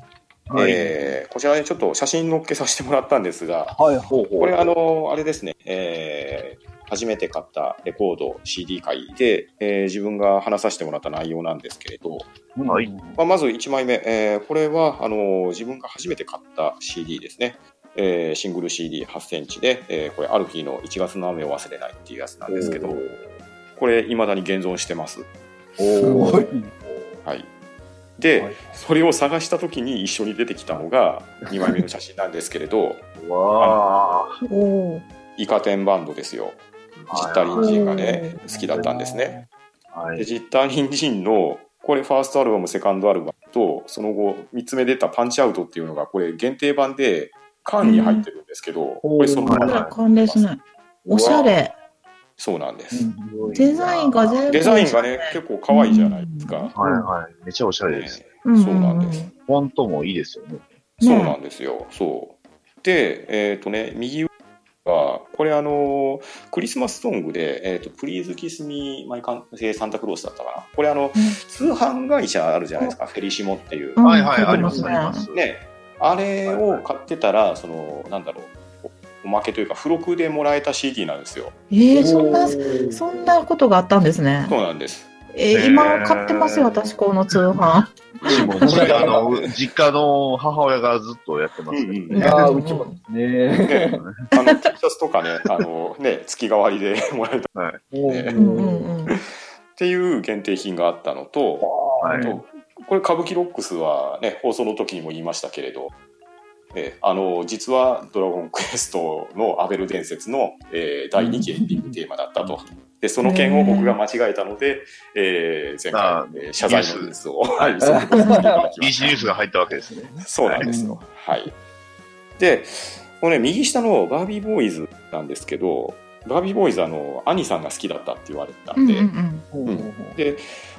[SPEAKER 4] はい
[SPEAKER 1] えーこちらにちょっと写真載っけさせてもらったんですが、
[SPEAKER 2] はい、ほう
[SPEAKER 1] これあの、あれですね、えー初めて買ったレコード CD 会で、えー自分が話させてもらった内容なんですけれど、
[SPEAKER 2] うん
[SPEAKER 4] はい
[SPEAKER 1] まあ、まず1枚目、えーこれはあのー自分が初めて買った CD ですね、えーシングル CD8 センチで、えーこれ、アルフィーの1月の雨を忘れないっていうやつなんですけど、これ、いまだに現存してます。
[SPEAKER 2] すごい。
[SPEAKER 1] はい、で、
[SPEAKER 2] はい
[SPEAKER 1] それを探した時に一緒に出てきたのが2枚目の写真なんですけれど、
[SPEAKER 4] わあ。
[SPEAKER 3] おー
[SPEAKER 1] イカ天バンドです よ、ジッタリンジンがね、好きだったんですね。
[SPEAKER 4] は
[SPEAKER 1] で
[SPEAKER 4] い。
[SPEAKER 1] ジッター・ヒンジンのこれファーストアルバムセカンドアルバムとその後3つ目出た「パンチアウト」っていうのがこれ限定版で缶に入ってるんですけど、これそのま
[SPEAKER 3] こ
[SPEAKER 1] ま
[SPEAKER 3] れ感ですね。おしゃれ。
[SPEAKER 1] そうなんで
[SPEAKER 2] う
[SPEAKER 1] す、
[SPEAKER 2] ん
[SPEAKER 3] デザインが全部。
[SPEAKER 1] デザインがね結構可愛いじゃないですか、
[SPEAKER 4] はいはい。めちゃおしゃれです。
[SPEAKER 3] うん、
[SPEAKER 1] そうなんです
[SPEAKER 4] フォントもいいですよね。
[SPEAKER 1] そうなんですよそうでえっ、とね右上がこれあのクリスマスソングで「えー、とプリーズキスミマイカンサンタクロース」だったかなこれあの通販会社あるじゃないですかフェリシモっていう、
[SPEAKER 3] うん
[SPEAKER 4] はいはい、
[SPEAKER 3] 書
[SPEAKER 4] あ
[SPEAKER 3] い
[SPEAKER 4] り
[SPEAKER 3] て
[SPEAKER 4] ま
[SPEAKER 3] ます
[SPEAKER 4] す
[SPEAKER 3] ね
[SPEAKER 4] あります。
[SPEAKER 1] ね、あれを買ってたら、その、なんだろう、おおまけというか、付録でもらえた CD なんですよ。
[SPEAKER 3] えー、そんな、
[SPEAKER 2] おー
[SPEAKER 3] そんなことがあったんですね。
[SPEAKER 1] そうなんです。
[SPEAKER 3] えー
[SPEAKER 4] ね
[SPEAKER 3] 今買ってますよ、私、この通販。
[SPEAKER 4] うちも、うちあの、実家の母親がずっとやってますけど
[SPEAKER 1] うんうん
[SPEAKER 2] いやーうちもですね。
[SPEAKER 1] ね、あ の、T シャツとかね、あの、ね、月替わりでもらえたっ
[SPEAKER 3] うんうんうん。
[SPEAKER 1] ていう限定品があったのと、
[SPEAKER 4] は
[SPEAKER 1] あ
[SPEAKER 4] い。
[SPEAKER 1] とこれ、歌舞伎ロックスはね、放送の時にも言いましたけれど、えあの実は「ドラゴンクエスト」の「アベル伝説の」えー第2期エンディングテーマだった とでその件を僕が間違えたので、えー前
[SPEAKER 4] あ
[SPEAKER 1] 回、えー謝罪のニュースをはい そういうことにしていた だきまし
[SPEAKER 4] DC ニュースが入ったわけですね。
[SPEAKER 1] たそうなんですよ、はい、でこのね右下のバービーボーイズなんですけどバービーボーイズあの兄さんが好きだったって言われてた
[SPEAKER 3] うんんう
[SPEAKER 1] で、
[SPEAKER 3] ん
[SPEAKER 2] うん
[SPEAKER 1] で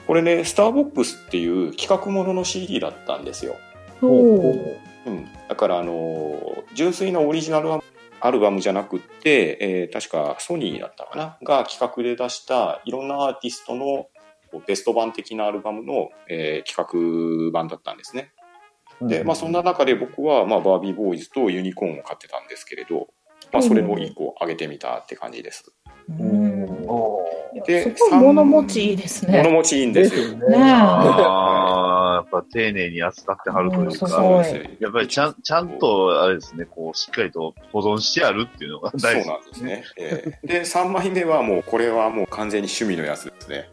[SPEAKER 1] これね「スターボックス」っていう企画ものの CD だったんですよ
[SPEAKER 3] うん。おー
[SPEAKER 1] うん、だから、あのー純粋なオリジナルアルバムじゃなくって、えー確かソニーだったかなが企画で出したいろんなアーティストのこうベスト版的なアルバムの、えー企画版だったんですね。で、まあ、そんな中で僕は、まあ、バービーボーイズとユニコーンを買ってたんですけれど、まあ、それの1個上げてみたって感じです。
[SPEAKER 3] うんいや
[SPEAKER 1] です
[SPEAKER 3] ごい物持ちいいです
[SPEAKER 1] 物
[SPEAKER 3] ね。
[SPEAKER 1] 持ちいいん
[SPEAKER 2] で
[SPEAKER 1] ですす
[SPEAKER 2] よ
[SPEAKER 1] よ。
[SPEAKER 2] ね。
[SPEAKER 3] ね
[SPEAKER 4] ああ、やっぱ丁寧に扱ってはるという
[SPEAKER 3] そう
[SPEAKER 4] か、
[SPEAKER 1] そう
[SPEAKER 3] そう
[SPEAKER 1] ですね
[SPEAKER 4] やっぱりちゃん、ちゃんと、あれですね、こう、しっかりと保存してやるっていうのが
[SPEAKER 1] そう
[SPEAKER 4] 大事。
[SPEAKER 1] なんですね。えーで、3枚目はもう、これはもう完全に趣味のやつですね。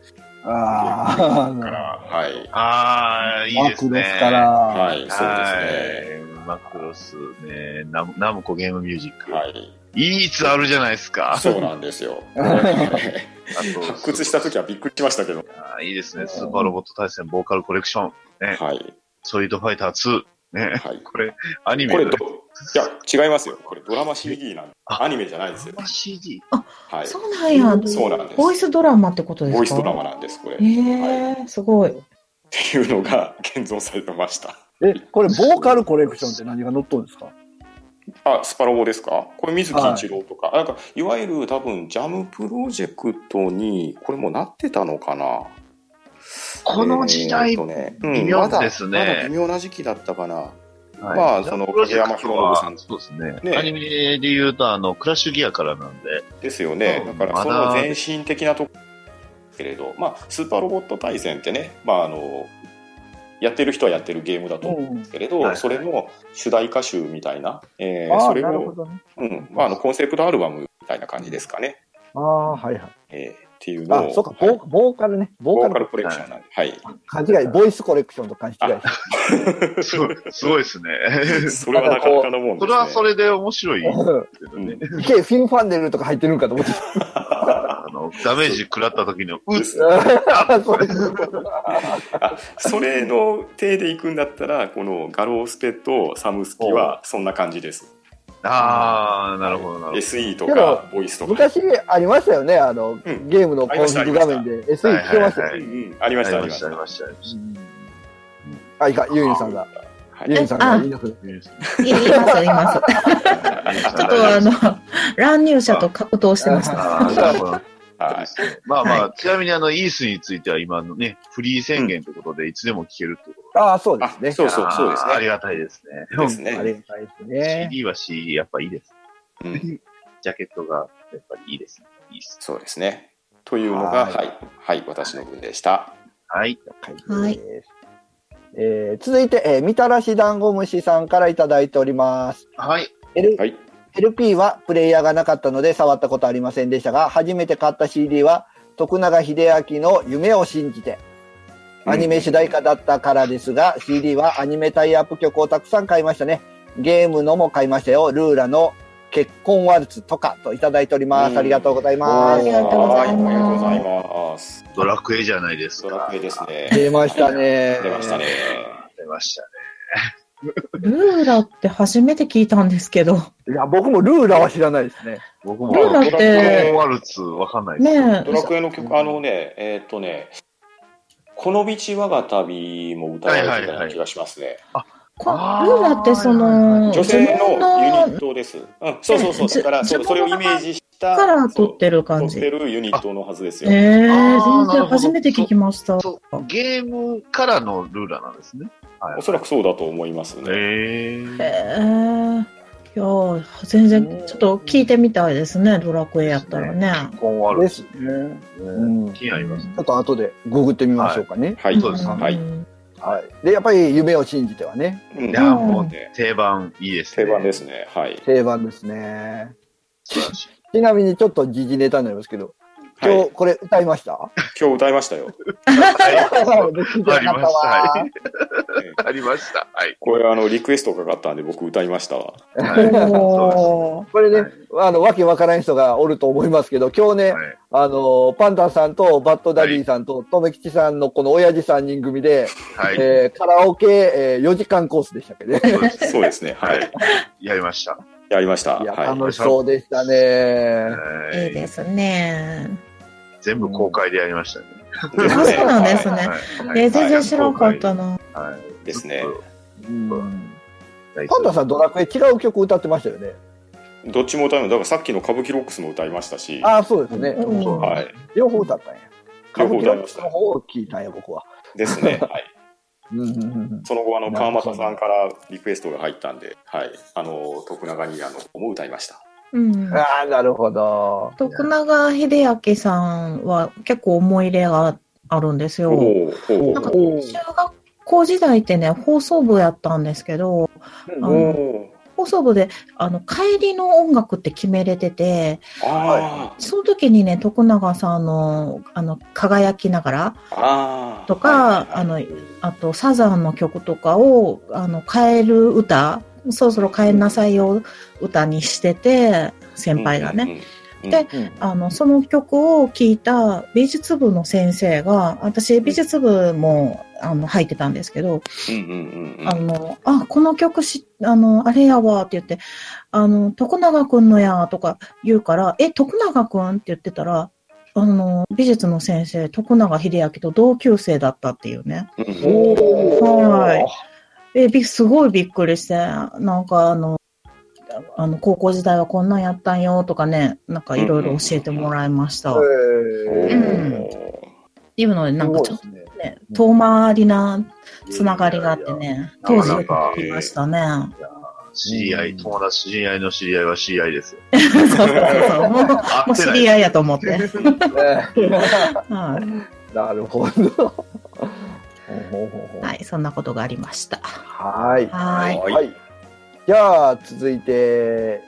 [SPEAKER 2] ああ、
[SPEAKER 1] だから、はい。
[SPEAKER 4] ああ、いい
[SPEAKER 2] マ
[SPEAKER 4] で
[SPEAKER 2] ク
[SPEAKER 4] す
[SPEAKER 2] ロ
[SPEAKER 4] ね。
[SPEAKER 2] スから。
[SPEAKER 1] はい、そうですね。
[SPEAKER 4] はいマクロスねナム、ナムコゲームミュージック。
[SPEAKER 1] はい。
[SPEAKER 4] いいツあるじゃないですか。
[SPEAKER 1] そうなんですよ。
[SPEAKER 4] あ と
[SPEAKER 1] 発掘した時はびっくりしましたけど。
[SPEAKER 4] あーいいですね。スーパーロボット対戦ボーカルコレクション、
[SPEAKER 1] はい。
[SPEAKER 4] ソリッドファイター2。ね、
[SPEAKER 1] はい。
[SPEAKER 4] これ、アニメ
[SPEAKER 1] これ
[SPEAKER 4] の
[SPEAKER 1] ど、いや、違いますよ。これドラマ CD なんで、
[SPEAKER 4] あ
[SPEAKER 1] アニメじゃないですよ。
[SPEAKER 4] CD。
[SPEAKER 1] はい。
[SPEAKER 3] そうなんや。
[SPEAKER 1] そうなんです。
[SPEAKER 3] ボイスドラマってことですか
[SPEAKER 1] ボイスドラマなんです、これ。っ
[SPEAKER 3] えー、すごい。
[SPEAKER 1] ていうのが現存されてました。
[SPEAKER 2] え、これ、ボーカルコレクションって何が載っとるんですか
[SPEAKER 1] あ、スパロボですかこれ水木一郎とか。なんか、いわゆる多分、ジャムプロジェクトに、これもなってたのかな
[SPEAKER 4] この時代
[SPEAKER 1] えーとねうん
[SPEAKER 4] 微妙ですね
[SPEAKER 1] まだまだ微妙な時期だったかな。
[SPEAKER 4] はい
[SPEAKER 1] まあその影山博信さん
[SPEAKER 4] そうですね
[SPEAKER 1] ね
[SPEAKER 4] アニメで言うと、あの、クラッシュギアからなんで、
[SPEAKER 1] ですよね、
[SPEAKER 4] うん
[SPEAKER 1] だから
[SPEAKER 4] ま
[SPEAKER 1] そ
[SPEAKER 4] だ
[SPEAKER 1] の前身的なところけれど、まあ、スーパーロボット対戦ってね、まあ、あのやってる人はやってるゲームだと思うんで
[SPEAKER 2] うん
[SPEAKER 1] すけれど、
[SPEAKER 4] はい
[SPEAKER 1] それの主題歌集みたいな、えー
[SPEAKER 2] あ
[SPEAKER 1] そ
[SPEAKER 2] あ、
[SPEAKER 1] れ
[SPEAKER 2] なるほ
[SPEAKER 1] を、
[SPEAKER 2] どね。
[SPEAKER 1] うんまあ、あのコンセプトアルバムみたいな感じですかね、
[SPEAKER 2] ああ、はいはい。
[SPEAKER 1] えーっていうの
[SPEAKER 2] あ
[SPEAKER 1] を、
[SPEAKER 2] そうか、
[SPEAKER 1] はい
[SPEAKER 2] ボーボーカルね。ボ
[SPEAKER 1] ボ
[SPEAKER 2] ー
[SPEAKER 1] ー
[SPEAKER 2] カ
[SPEAKER 1] カ
[SPEAKER 2] ル
[SPEAKER 1] ル。コレクションなんで、はい、
[SPEAKER 2] 勘違い、ボイスコレクションと勘違いして。
[SPEAKER 4] すごい、すごいです ね。
[SPEAKER 1] それはなかなかのもんです、ね、
[SPEAKER 4] それはそれで面白いけどね。
[SPEAKER 2] いけ、フィンファンデルとか入ってるんかと思って
[SPEAKER 4] あの、ダメージ食らった時の、うっ
[SPEAKER 2] た。 そうそうそう
[SPEAKER 1] あそれの手で行くんだったらこのガロースペとサムスキはそんな感じです
[SPEAKER 4] あー、なるほど、なるほど。
[SPEAKER 1] SE とかボイスとか、
[SPEAKER 2] 昔ありましたよね、あの、
[SPEAKER 1] ん
[SPEAKER 2] ゲームのコンフィグ画面で SE
[SPEAKER 4] はい
[SPEAKER 2] 来
[SPEAKER 4] はい
[SPEAKER 2] て
[SPEAKER 4] は
[SPEAKER 2] ま
[SPEAKER 4] い
[SPEAKER 2] したよ。
[SPEAKER 1] うんうんありましたありました
[SPEAKER 4] ありました、ありまし
[SPEAKER 2] あ、いか、ユーミンさんが。
[SPEAKER 1] はい
[SPEAKER 2] ユーミンさんが言いなくて。
[SPEAKER 3] いいます、い ます。
[SPEAKER 4] た。
[SPEAKER 3] ちょっとあの、乱入者と格闘して ました。
[SPEAKER 4] あーなるほど
[SPEAKER 1] はい
[SPEAKER 4] まあまあ、ちなみにあの、イースについては今のね、フリー宣言ということで、いつでも聞けるってこと
[SPEAKER 2] ああ、そうで
[SPEAKER 1] あ
[SPEAKER 2] すね。
[SPEAKER 1] そうそうそうです
[SPEAKER 4] あーあり
[SPEAKER 1] ね
[SPEAKER 4] がたいですね。
[SPEAKER 1] です
[SPEAKER 2] あ
[SPEAKER 1] ね、
[SPEAKER 2] りがたいですね。
[SPEAKER 4] CD は CD、やっぱいいです。
[SPEAKER 1] うん、
[SPEAKER 4] ジャケットが、やっぱりいいですね。いいっす。
[SPEAKER 1] そうですねというのが
[SPEAKER 2] はい
[SPEAKER 1] はい、はい、私の分でした
[SPEAKER 4] はい。
[SPEAKER 3] はい
[SPEAKER 2] です。えー続いて、えーみたらし団子虫さんからいただいております。
[SPEAKER 4] はい。
[SPEAKER 2] L
[SPEAKER 1] はい
[SPEAKER 2] LP はプレイヤーがなかったので触ったことありませんでしたが、初めて買った CD は徳永秀明の夢を信じて、アニメ主題歌だったからですが、CD はアニメタイアップ曲をたくさん買いましたね。ゲームのも買いましたよ。ルーラの結婚ワルツとかといただいておりま
[SPEAKER 1] うん
[SPEAKER 2] す。ありがとうござい
[SPEAKER 1] は
[SPEAKER 2] ま
[SPEAKER 3] あ
[SPEAKER 1] い
[SPEAKER 2] す。
[SPEAKER 3] りがとうござ
[SPEAKER 1] あ
[SPEAKER 3] います
[SPEAKER 1] りがとうございます
[SPEAKER 4] ドラクエじゃないですか。
[SPEAKER 1] ドラクエですね
[SPEAKER 2] 出ましたね。
[SPEAKER 1] 出ましたね
[SPEAKER 4] 出ましたね。
[SPEAKER 3] ルーラって初めて聞いたんですけど。
[SPEAKER 2] いや、僕もルーラは知らないですね。
[SPEAKER 4] 僕も、
[SPEAKER 1] ルー
[SPEAKER 4] ド
[SPEAKER 1] ラ
[SPEAKER 4] ラ
[SPEAKER 1] って
[SPEAKER 4] クエワルツわかんないです。
[SPEAKER 3] ねえ
[SPEAKER 1] ドラクエの曲あのねえーっとねこの道我が旅も歌われてたような気がしますね。
[SPEAKER 3] こル
[SPEAKER 4] あー
[SPEAKER 3] ーラってその、
[SPEAKER 1] 女性のユニッ
[SPEAKER 3] 自
[SPEAKER 1] トです。うん、そうそうそう。
[SPEAKER 3] じ
[SPEAKER 1] だから、そう
[SPEAKER 3] 自
[SPEAKER 1] そ
[SPEAKER 3] 分
[SPEAKER 1] れ
[SPEAKER 3] の
[SPEAKER 1] をイメージした。
[SPEAKER 3] 分のから撮ってる
[SPEAKER 1] そう
[SPEAKER 3] 感
[SPEAKER 1] 撮
[SPEAKER 3] じ。
[SPEAKER 1] ってるユニットのはずです
[SPEAKER 3] え
[SPEAKER 1] よ。
[SPEAKER 3] え
[SPEAKER 4] あー
[SPEAKER 3] ー、全
[SPEAKER 4] なるほ
[SPEAKER 3] 然
[SPEAKER 4] ど
[SPEAKER 3] 初めて聞きました。
[SPEAKER 4] そう、ゲームからのルーラーなんですね。はい
[SPEAKER 1] おそらくそうだと思いますね。
[SPEAKER 4] えー
[SPEAKER 3] ええー、いやー、全然、ちょっと聞いてみたいですね、ドラクエやったらね。
[SPEAKER 4] コンワル
[SPEAKER 2] です
[SPEAKER 4] ツ
[SPEAKER 2] ね。。
[SPEAKER 4] うん
[SPEAKER 2] うん
[SPEAKER 4] 気になりますね。
[SPEAKER 2] ちょっと後でググってみましょうかね。
[SPEAKER 1] はい。
[SPEAKER 4] そうです
[SPEAKER 1] は
[SPEAKER 3] う
[SPEAKER 1] い。
[SPEAKER 3] ん
[SPEAKER 2] はい。で、やっぱり夢を信じてはね、
[SPEAKER 1] うん
[SPEAKER 4] いやー、も
[SPEAKER 3] う
[SPEAKER 4] うん定番いいですね。
[SPEAKER 1] 定番ですね。はい。
[SPEAKER 2] 定番ですね。
[SPEAKER 4] 素晴らしい。
[SPEAKER 2] ちなみにちょっと時事ネタになりますけど、
[SPEAKER 1] はい
[SPEAKER 2] 今日これ歌いました、
[SPEAKER 1] 今日歌いましたよ。
[SPEAKER 2] 聞いてなかっ
[SPEAKER 4] はい
[SPEAKER 2] たわ
[SPEAKER 4] ありありました。はい。
[SPEAKER 1] これ、あの、リクエストかかったんで、僕歌いましたわ。
[SPEAKER 4] はい
[SPEAKER 3] お ー
[SPEAKER 2] これね、あの、わけわからない人がおると思いますけど、今日ね、
[SPEAKER 4] はい
[SPEAKER 2] あの、パンダさんとバッドダディさんと、とめきちさんのこの親父3人組で、
[SPEAKER 4] はい。
[SPEAKER 2] えーカラオケ、え4時間コースでしたっけね。
[SPEAKER 4] そうです
[SPEAKER 1] そうですね。はい。
[SPEAKER 4] やりました。
[SPEAKER 1] やりました。
[SPEAKER 2] いや、
[SPEAKER 1] は
[SPEAKER 2] 楽しそうでしたね。
[SPEAKER 4] はい
[SPEAKER 3] いいですね。
[SPEAKER 4] 全部公開でやりましたね。
[SPEAKER 1] い。です
[SPEAKER 3] あ、そう
[SPEAKER 1] ね。
[SPEAKER 3] なんです ね。
[SPEAKER 4] はいはい
[SPEAKER 3] えー、全然知らなかったな。
[SPEAKER 4] はい
[SPEAKER 1] ですね
[SPEAKER 2] うん
[SPEAKER 4] はい
[SPEAKER 2] パンダさん、ドラクエ違う曲歌ってましたよね。
[SPEAKER 1] どっちも歌いました。だから、さっきの歌舞伎ロックスも歌いましたし。
[SPEAKER 2] ああ、そうですね。
[SPEAKER 3] うん
[SPEAKER 4] そう
[SPEAKER 1] はい。
[SPEAKER 2] 両方歌ったんや。歌
[SPEAKER 1] 両方
[SPEAKER 2] 舞伎
[SPEAKER 1] 歌い
[SPEAKER 2] ロッ
[SPEAKER 1] ま
[SPEAKER 2] ク
[SPEAKER 1] し
[SPEAKER 2] ス
[SPEAKER 1] た
[SPEAKER 2] の。方を聞いたんや、僕は。
[SPEAKER 1] ですね。はい。
[SPEAKER 2] うんうんうん
[SPEAKER 1] その後、あの、
[SPEAKER 2] なる
[SPEAKER 1] 川
[SPEAKER 2] ほど
[SPEAKER 1] 又さんからリクエストが入ったんで、はい。あの、徳永にあの、も歌いました。
[SPEAKER 3] うん
[SPEAKER 2] うん、ああ、なるほど。
[SPEAKER 3] 徳永秀明さんは結構思い入れがあるんです
[SPEAKER 1] お
[SPEAKER 3] よ。
[SPEAKER 1] おお
[SPEAKER 3] なんか
[SPEAKER 1] お
[SPEAKER 3] 中学校時代ってね、放送部やったんですけど、あ
[SPEAKER 1] お
[SPEAKER 3] の
[SPEAKER 1] お
[SPEAKER 3] 放送部であの帰りの音楽って決めれてて、
[SPEAKER 1] あ
[SPEAKER 3] その時にね、徳永さんのあの輝きながら
[SPEAKER 1] あああ
[SPEAKER 3] とか、あの、あとサザンの曲とかをあの変える歌、そろそろ変えなさいよ歌にしてて、先輩がね。
[SPEAKER 2] うん
[SPEAKER 3] あの、その曲を聴いた美術部の先生が、私美術部も、あの、入ってたんですけど、
[SPEAKER 1] うんうんうんうん
[SPEAKER 3] あの、あ、この曲し、あの、あれやわって言って、あの、徳永くんのやとか言うから、え、徳永くんって言ってたら、あの、美術の先生、徳永秀明と同級生だったっていうね。
[SPEAKER 1] うんうん
[SPEAKER 2] おー
[SPEAKER 3] はいえ、び、すごいびっくりして、なんかあの、あの、高校時代はこんなんやったんよとかね、なんかいろいろ教えてもらいました。
[SPEAKER 1] お
[SPEAKER 2] へー
[SPEAKER 3] んっていうので、なんかちょっと
[SPEAKER 2] すごいですね
[SPEAKER 3] ね、遠回りなつながりがあって
[SPEAKER 4] いやいやいや。
[SPEAKER 3] ね、
[SPEAKER 4] いやい
[SPEAKER 3] 当
[SPEAKER 4] や
[SPEAKER 3] 時
[SPEAKER 4] なかなか
[SPEAKER 3] 聞きましたね。
[SPEAKER 4] 知り合い、友達、知り合いの知り合いは知り合いですよ。
[SPEAKER 3] そうそうそう。もう、も
[SPEAKER 4] 合
[SPEAKER 3] う
[SPEAKER 4] って
[SPEAKER 3] 知
[SPEAKER 4] ない
[SPEAKER 3] り合いやと思って。
[SPEAKER 2] ね
[SPEAKER 3] はい
[SPEAKER 2] なるほど。ほうほうほう
[SPEAKER 3] はい、そんなことがありました。
[SPEAKER 2] はい。
[SPEAKER 3] はい。
[SPEAKER 1] はい
[SPEAKER 2] はい。じゃあ、続いて、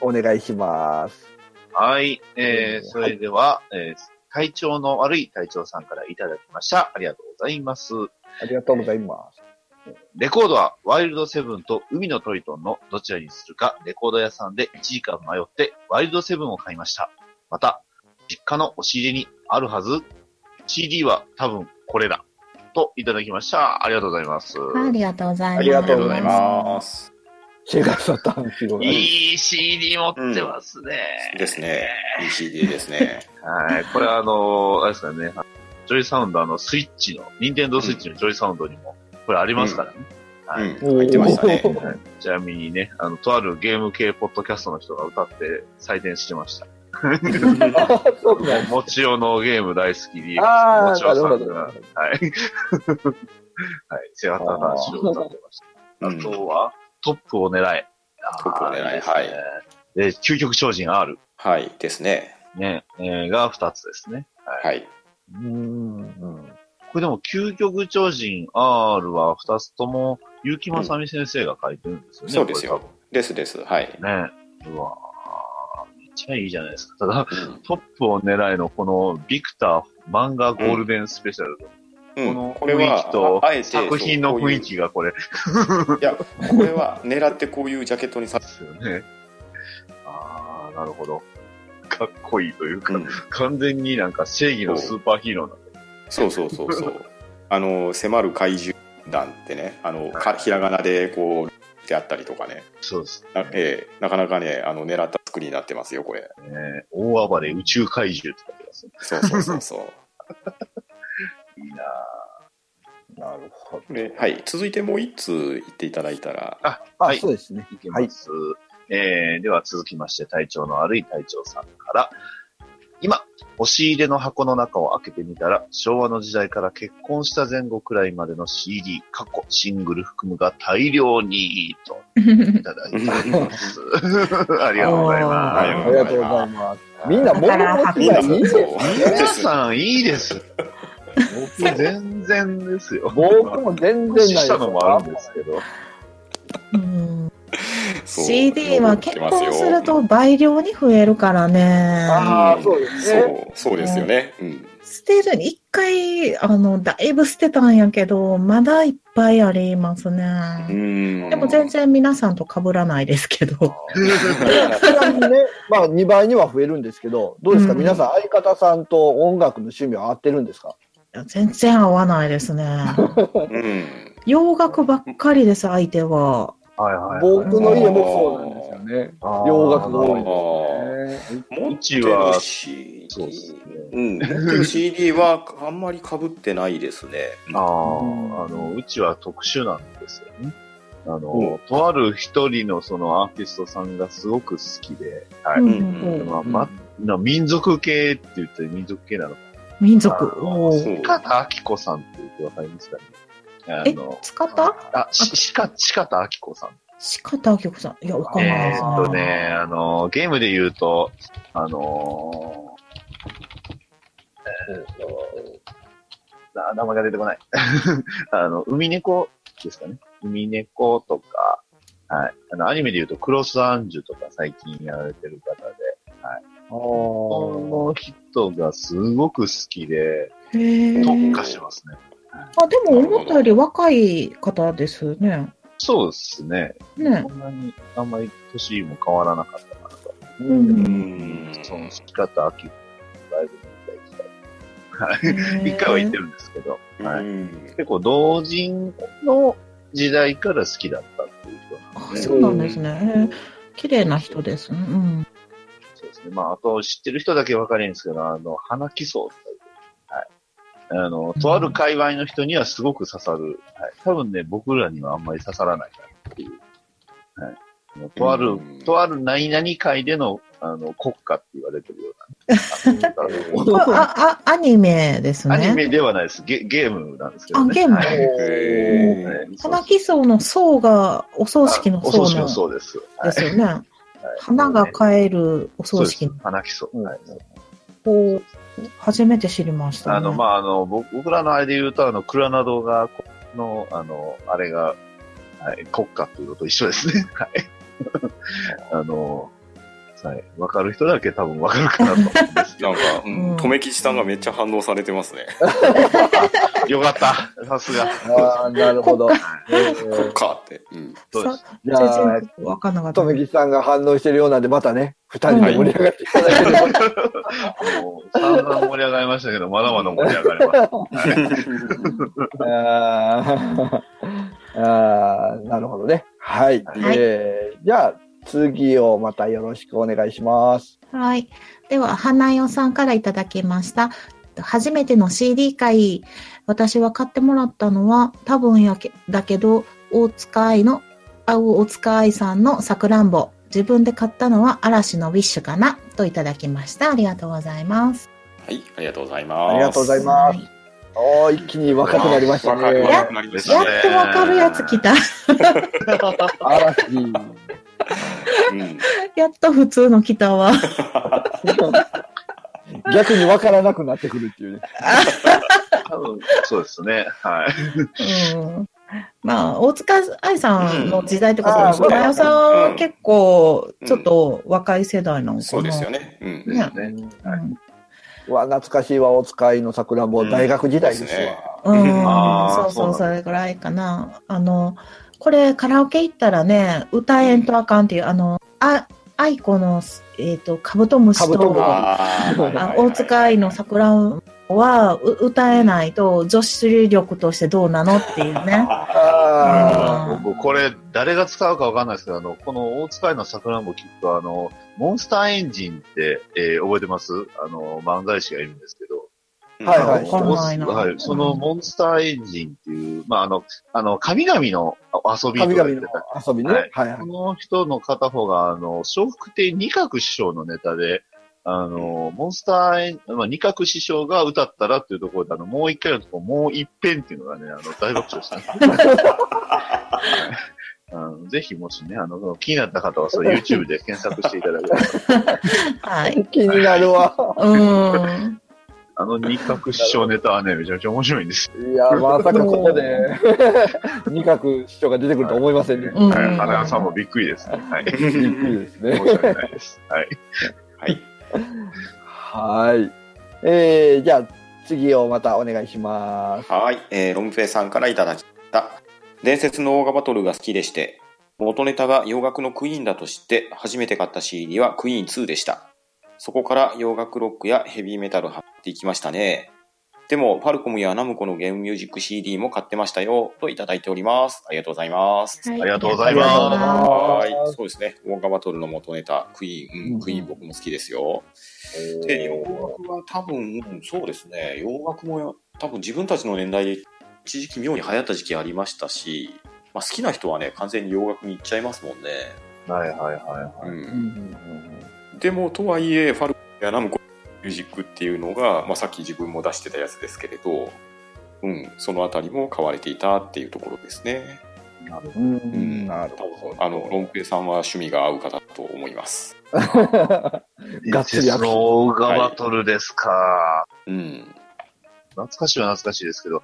[SPEAKER 2] お願いします。
[SPEAKER 4] はい。えー、それでは、えー体調の悪い隊長さんからいただきました。ありがとうございます。
[SPEAKER 2] ありがとうございます。
[SPEAKER 4] レコードはワイルドセブンと海のトリトンのどちらにするかレコード屋さんで1時間迷ってワイルドセブンを買いました。また、実家の押し入れにあるはず ?CD は多分これだ。といただきました。ありがとうございます。
[SPEAKER 3] ありがとうございます。
[SPEAKER 1] ありがとうございます。
[SPEAKER 2] シェガサタンシロが。
[SPEAKER 4] いい CD 持ってますね。
[SPEAKER 1] ですね。いい CD ですね。
[SPEAKER 4] はい。これあのあれですかね。ジョイサウンドあのスイッチの、ニンテンドースイッチのジョイサウンドにも、これありますからね。は
[SPEAKER 1] う
[SPEAKER 4] い
[SPEAKER 1] ん。入ってましたね。
[SPEAKER 4] はいちなみにね、あの、とあるゲーム系ポッドキャストの人が歌って採点してました。
[SPEAKER 2] あーそうなんだ
[SPEAKER 4] もちおのゲーム大好き DX
[SPEAKER 2] あー
[SPEAKER 4] のもちおさん
[SPEAKER 2] なるほど
[SPEAKER 4] が、はい。 はい、セガタの話を歌ってました。
[SPEAKER 1] う
[SPEAKER 4] あ
[SPEAKER 1] ん
[SPEAKER 4] とは、トップを狙え。
[SPEAKER 1] トップを狙え
[SPEAKER 4] あーですね
[SPEAKER 1] はい
[SPEAKER 4] で、究極超人 R、
[SPEAKER 1] はい。ですね。
[SPEAKER 4] ね、えーが2つですね。
[SPEAKER 1] はい。
[SPEAKER 2] うーん。
[SPEAKER 4] これでも、究極超人 R は2つとも、結城正美先生が書いてるんですよね。
[SPEAKER 1] そうですよ
[SPEAKER 4] こ
[SPEAKER 1] ですです。はい
[SPEAKER 4] れ。多分ね。うわーめっちゃいいじゃないですか。ただ、
[SPEAKER 1] うん
[SPEAKER 4] トップを狙いのこのビクター漫画ゴールデンスペシャル、
[SPEAKER 1] うん
[SPEAKER 4] この
[SPEAKER 1] これは
[SPEAKER 4] 雰囲気と
[SPEAKER 1] ああえて
[SPEAKER 4] 作品の雰囲
[SPEAKER 1] そ
[SPEAKER 4] 気がこれで
[SPEAKER 1] うこういういや、これは狙ってこういうジャケットにさ、
[SPEAKER 4] すよね。ああ、なるほど。かっこいいというか、
[SPEAKER 1] うん
[SPEAKER 4] 完全になんか正義のスーパーヒーローな
[SPEAKER 1] そうそうそうそう。あの、迫る怪獣団ってね、あの、かひらがなでこう、であったりとかね。
[SPEAKER 4] そうです
[SPEAKER 1] な,、ええなかなかね、あの、狙った作りになってますよ、これ。
[SPEAKER 4] ね。大暴れ宇宙怪獣とかってやつ
[SPEAKER 1] そうそうそう そう。
[SPEAKER 4] いいな
[SPEAKER 2] なるほど。
[SPEAKER 1] ではい、続いてもう一通言っていただいた ら、
[SPEAKER 4] あ、
[SPEAKER 2] あ、
[SPEAKER 4] はい
[SPEAKER 2] そうですね。
[SPEAKER 4] いきます。えーでは続きまして、体調の悪い隊長さんから。今、押し入れの箱の中を開けてみたら、昭和の時代から結婚した前後くらいまでの CD、過去、シングル含むが大量に、といただいており ます。ありがとうござい
[SPEAKER 2] あ
[SPEAKER 1] は
[SPEAKER 4] ま
[SPEAKER 1] い
[SPEAKER 2] りがとうございます。みんな物持ち
[SPEAKER 3] い
[SPEAKER 2] が
[SPEAKER 3] や
[SPEAKER 2] いいね。
[SPEAKER 4] す。皆さん、い いです。僕、全然ですよ。
[SPEAKER 2] 僕も全然ない
[SPEAKER 4] 年下のもあるんですけ ど。
[SPEAKER 3] うん
[SPEAKER 1] そう
[SPEAKER 3] CD は結婚すると倍量に増えるからね。
[SPEAKER 2] ああ、そうです
[SPEAKER 1] そ
[SPEAKER 2] ね。
[SPEAKER 1] うそうですよね、うん、
[SPEAKER 3] 捨てる、一回、あの、だいぶ捨てたんやけど、まだいっぱいあります
[SPEAKER 1] う
[SPEAKER 3] ね。
[SPEAKER 1] ん
[SPEAKER 3] でも全然皆さんと被らないですけど。
[SPEAKER 2] ちなみにね、まあ2倍には増えるんですけど、どうですか、
[SPEAKER 3] うん
[SPEAKER 2] 皆さん相方さんと音楽の趣味は合ってるんですか
[SPEAKER 3] 全然合わないですね。
[SPEAKER 1] うん
[SPEAKER 3] 洋楽ばっかりです、相手は。
[SPEAKER 4] はいはいはい。
[SPEAKER 2] 僕の家もそうなんですよね。洋楽が多いんですよね。
[SPEAKER 1] 持って
[SPEAKER 4] ち
[SPEAKER 1] る
[SPEAKER 4] は
[SPEAKER 1] CD
[SPEAKER 4] そうですね。
[SPEAKER 1] うん、持ってる CD はあんまりかぶってないですね
[SPEAKER 4] あ
[SPEAKER 2] うん
[SPEAKER 4] あ、あの、うちは特殊なんですよね。あの、
[SPEAKER 1] う
[SPEAKER 4] とある一人のそのアーティストさんがすごく好きで、はい。
[SPEAKER 3] うん
[SPEAKER 1] うん
[SPEAKER 4] まあ、ま、な民族系って言って民族系なのか
[SPEAKER 3] 民
[SPEAKER 4] な。
[SPEAKER 3] 族。お
[SPEAKER 1] そ
[SPEAKER 3] ー
[SPEAKER 1] う
[SPEAKER 4] 鹿田明子さんって言ってわかりますかね。あ
[SPEAKER 3] え
[SPEAKER 4] の、、
[SPEAKER 3] 使った
[SPEAKER 4] あ、し、しか、しかたあきこさん。
[SPEAKER 3] 四方明子さん。いや、わかんない
[SPEAKER 4] え
[SPEAKER 3] です
[SPEAKER 4] ーっとね、あの、ゲームで言うと、あのー、えーっとな名前が出てこない。 あの、海猫ですかね。海猫とか、はい。あの、アニメで言うと、クロスアンジュとか最近やられてる方で、こ
[SPEAKER 2] あ
[SPEAKER 4] の人がすごく好きで、
[SPEAKER 3] へー
[SPEAKER 4] 特化してますね。
[SPEAKER 3] あ、でも思ったより若い方ですね。
[SPEAKER 4] そうですね。
[SPEAKER 3] ね
[SPEAKER 4] そ。んなに、あんまり年も変わらなかったかなと。
[SPEAKER 3] う。
[SPEAKER 1] うんん
[SPEAKER 4] その、仕方、秋、ライブに行きたい。は
[SPEAKER 3] へ
[SPEAKER 4] い。
[SPEAKER 3] ー
[SPEAKER 4] 一回は行ってるんですけど、は
[SPEAKER 1] う
[SPEAKER 4] い、
[SPEAKER 1] ん
[SPEAKER 4] 結構同人の時代から好きだったっていう人なん
[SPEAKER 3] あ
[SPEAKER 4] で、
[SPEAKER 3] そうなんですね。へー綺麗な人ですね。うん。
[SPEAKER 4] そうですね。まあ、あと知ってる人だけわかるんですけど、あの、花木草っていうはい。あの、とある界隈の人にはすごく刺さる。はい。多分ね、僕らにはあんまり刺さらないなっていう。はい。あのとある、
[SPEAKER 1] うん
[SPEAKER 4] とある何々界での、あの、国家って言われてるよう な
[SPEAKER 3] これあ、あ、アニメです
[SPEAKER 4] あの。
[SPEAKER 3] ね。
[SPEAKER 4] アニメではないです。ゲゲームなんですけど
[SPEAKER 3] あ、
[SPEAKER 4] ね。
[SPEAKER 3] ゲーム。
[SPEAKER 4] はい
[SPEAKER 1] へー
[SPEAKER 4] はい
[SPEAKER 3] 花木草の層がお葬式の
[SPEAKER 4] あお
[SPEAKER 3] 層
[SPEAKER 4] 葬式
[SPEAKER 3] の
[SPEAKER 4] の
[SPEAKER 3] で
[SPEAKER 4] そうです。
[SPEAKER 3] すよね。花が
[SPEAKER 4] え
[SPEAKER 3] 帰るお葬式の
[SPEAKER 4] 花木そう。はい
[SPEAKER 2] うん
[SPEAKER 3] こう初めて知りました、ね。
[SPEAKER 4] あの、まあ、あの、僕僕らのあれで言うと、あの、クラナドが、の、あの、あれが、はい、国家っていうのと一緒ですね。 はい。あの、はい。わかる人だけ多分わかるか なと思うんですけ
[SPEAKER 1] なんか、う
[SPEAKER 3] うん
[SPEAKER 1] ん、留吉さんがめっちゃ反応されてますね。
[SPEAKER 4] ど。よかった。さすが。
[SPEAKER 2] ああ、なるほど。
[SPEAKER 1] 国家って。うん。
[SPEAKER 4] そうです。
[SPEAKER 2] じゃあ、
[SPEAKER 3] 全然わかんなかった。
[SPEAKER 2] とめきさんが反応してるようなんで、またね、二人で盛り上がっていただければ。
[SPEAKER 4] もう、散々盛り上がりましたけど、まだまだ盛り上がり ます。
[SPEAKER 2] あー あー、なるほどね。はい。
[SPEAKER 3] はい
[SPEAKER 2] えーじゃあ、次をまたよろしくお願いします。
[SPEAKER 3] はい。では、花代さんからいただきました。初めての CD 会、私は買ってもらったのは、多分やけだけど、大塚愛の、青大塚愛さんのさくらんぼ。自分で買ったのは嵐のウィッシュかなといただきました。ありがとうございます。
[SPEAKER 1] はい、ありがとうございます。
[SPEAKER 2] ありがとうございます。おー一気に若くなりました
[SPEAKER 1] わかるわ
[SPEAKER 2] ね
[SPEAKER 1] か。りまし
[SPEAKER 3] や
[SPEAKER 1] た
[SPEAKER 3] っ
[SPEAKER 1] ね。
[SPEAKER 3] とわかるやつ来た。
[SPEAKER 2] 嵐。
[SPEAKER 1] うん。
[SPEAKER 3] やっと普通の来たわ。
[SPEAKER 2] 逆にわからなくなってくるっていうね。
[SPEAKER 4] 多分、そうですね。はい。
[SPEAKER 3] うんまあ、大塚愛さんの時代ってこと
[SPEAKER 2] うん
[SPEAKER 3] で
[SPEAKER 2] あ
[SPEAKER 3] す
[SPEAKER 2] そうだ
[SPEAKER 3] ね。
[SPEAKER 2] よ
[SPEAKER 3] 愛さんは結構、
[SPEAKER 1] うん
[SPEAKER 3] ちょっと若い世代なのかな。
[SPEAKER 1] そうですよね。うん。
[SPEAKER 4] ですね。
[SPEAKER 3] うん。
[SPEAKER 2] うわ、懐かしいわ、お使いの桜も大学時代です
[SPEAKER 1] うんですね
[SPEAKER 2] わ。
[SPEAKER 3] うん
[SPEAKER 4] あー
[SPEAKER 3] そうそう、
[SPEAKER 4] そ
[SPEAKER 3] そう
[SPEAKER 4] な
[SPEAKER 3] れぐらいかな。あの、これカラオケ行ったらね、歌えんとあかんっていう、あの、あ、愛子の、えっ、と、カブトムシ
[SPEAKER 2] カブトムシ
[SPEAKER 3] と、あ
[SPEAKER 1] あーはいはいはい
[SPEAKER 3] 大塚愛の桜はう歌えないと女子力としてどうなのっていうね。
[SPEAKER 2] あ
[SPEAKER 3] うん
[SPEAKER 4] 僕、これ、誰が使うかわかんないですけど、あの、この大塚愛の桜もきっと、あの、モンスターエンジンって、えー覚えてますあの、漫才師がいるんですけど。
[SPEAKER 1] うん
[SPEAKER 2] はいはい
[SPEAKER 4] あの
[SPEAKER 2] わか
[SPEAKER 3] んないな
[SPEAKER 4] はい。そのモンスターエンジンっていう、まあ、あの、あの、神々の遊
[SPEAKER 2] ー
[SPEAKER 4] びと
[SPEAKER 2] 神
[SPEAKER 4] か
[SPEAKER 2] 々
[SPEAKER 4] 言
[SPEAKER 2] の
[SPEAKER 4] ってた。
[SPEAKER 2] 遊びね。は
[SPEAKER 4] はいい
[SPEAKER 2] はい
[SPEAKER 4] こ。の人の片方が、あの、笑福亭二角師匠のネタで、あの、モンスターエン、まあ、二角師匠が歌ったらっていうところで、あの、もう一回のところ、もう一遍っていうのがね、あの、大爆笑した、 あのぜひ、もしね、あの、気になった方は、それ YouTube で検索していただければ、
[SPEAKER 3] はい。
[SPEAKER 2] 気になるわ。
[SPEAKER 3] うん。
[SPEAKER 4] あの二角師匠ネタはね、めちゃめちゃ面白いんですよ。
[SPEAKER 2] いや、まさかここで、 二角師匠が出てくると思いませんね。
[SPEAKER 3] うん
[SPEAKER 4] はい。花屋さんもびっくりですね。 はい。
[SPEAKER 2] びっくりですね
[SPEAKER 4] 申。し訳ないです。はい。
[SPEAKER 1] はい。
[SPEAKER 2] はい。えー、じゃあ、次をまたお願いします。
[SPEAKER 1] はい、えーロムフェイさんからいただきました。伝説のオーガバトルが好きでして、元ネタが洋楽のクイーンだと知って、初めて買った CD はクイーン2でした。そこから洋楽ロックやヘビーメタルを張っていきましたね。でも、ファルコムやナムコのゲームミュージック CD も買ってましたよ、といただいております。ありがとうございます。
[SPEAKER 3] はい
[SPEAKER 4] ありがとうございます
[SPEAKER 1] は
[SPEAKER 2] はい
[SPEAKER 1] い、そうですね。オーガバトルの元ネタ、クイーン、うんクイーン僕も好きですよ。で、洋楽は多分、うんそうですね、洋楽もや多分自分たちの年代で一時期妙に流行った時期ありましたし、まあ、好きな人はね、完全に洋楽に行っちゃいますもんね。
[SPEAKER 4] はいはいはいはい。
[SPEAKER 1] でも、とはいえ、ファルコンやナムコミュージックっていうのが、まあ、さっき自分も出してたやつですけれど、うん、そのあたりも買われていたっていうところですね。
[SPEAKER 4] なるほ
[SPEAKER 2] うん
[SPEAKER 1] ん
[SPEAKER 2] なるほど。
[SPEAKER 1] あの、ロンペイさんは趣味が合う方だと思います。
[SPEAKER 4] ど
[SPEAKER 2] がっつり握手
[SPEAKER 4] 伝説のオーガバトルですか。
[SPEAKER 1] うん。
[SPEAKER 4] 懐かしいは懐かしいですけど、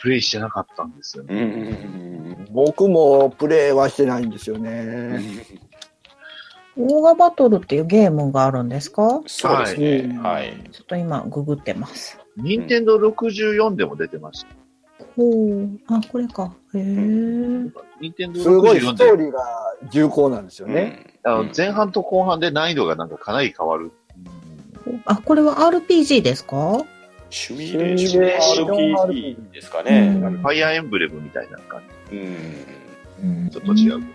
[SPEAKER 4] プレイしてなかったんですよ
[SPEAKER 1] うん
[SPEAKER 4] ね。
[SPEAKER 1] うんうん
[SPEAKER 2] 僕もプレイはしてないんですよ
[SPEAKER 1] うんう
[SPEAKER 2] ね。
[SPEAKER 1] ん。
[SPEAKER 3] オーガバトルっていうゲームがあるんですか
[SPEAKER 1] そうですね。
[SPEAKER 2] は
[SPEAKER 1] はい。
[SPEAKER 3] ちょっと今、ググってます。
[SPEAKER 4] 任天堂64でも出てました。
[SPEAKER 3] ほう。あ、これか。へえ。
[SPEAKER 4] 任天堂
[SPEAKER 2] すごいストー
[SPEAKER 4] 64で、
[SPEAKER 2] リーが重厚なんですよね。
[SPEAKER 4] あ
[SPEAKER 1] う
[SPEAKER 4] の
[SPEAKER 1] ん
[SPEAKER 4] 前半と後半で難易度がなんかかなり変わる。
[SPEAKER 3] あ、これは RPG ですか
[SPEAKER 1] シミュレーション
[SPEAKER 4] シミュ
[SPEAKER 2] レーション
[SPEAKER 1] RPG ですかね。
[SPEAKER 3] うん
[SPEAKER 4] ファイアーエンブレムみたいな感
[SPEAKER 1] うん。
[SPEAKER 3] うん
[SPEAKER 4] じ。ちょっと違う。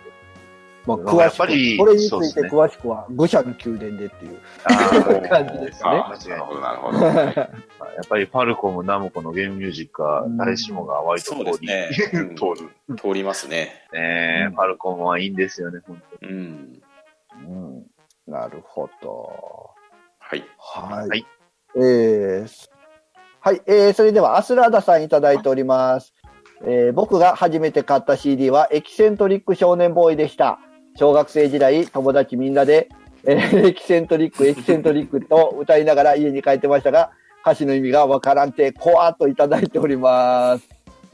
[SPEAKER 2] まあ、
[SPEAKER 4] うん
[SPEAKER 2] 詳
[SPEAKER 4] やっ
[SPEAKER 2] し
[SPEAKER 4] ぱ
[SPEAKER 2] く、
[SPEAKER 4] り
[SPEAKER 2] これにつ
[SPEAKER 4] そうで
[SPEAKER 2] い
[SPEAKER 4] す
[SPEAKER 2] て
[SPEAKER 4] ね
[SPEAKER 2] 詳しくは、愚者の宮殿でっていう。
[SPEAKER 4] あ ー
[SPEAKER 2] う感じですね
[SPEAKER 1] あーなるほど、なるほど。はい
[SPEAKER 4] やっぱりファルコム、ナムコのゲームミュージックは誰しもが割と
[SPEAKER 1] そう
[SPEAKER 4] 通
[SPEAKER 1] です
[SPEAKER 4] り、
[SPEAKER 1] ね。うん
[SPEAKER 4] 通る。
[SPEAKER 1] 通りますね。
[SPEAKER 4] ねえファルコムはいいんですよね、本当に。
[SPEAKER 1] うん。
[SPEAKER 2] うん。なるほど。
[SPEAKER 1] はい。
[SPEAKER 2] はい。
[SPEAKER 4] はい
[SPEAKER 2] えーはい、えーそれでは、アスラーダさんいただいております。えー僕が初めて買った CD は、エキセントリック少年ボーイでした。小学生時代、友達みんなで、えーエキセントリック、エキセントリックと歌いながら家に帰ってましたが、箸の意味がわからんて、こわっといただいております。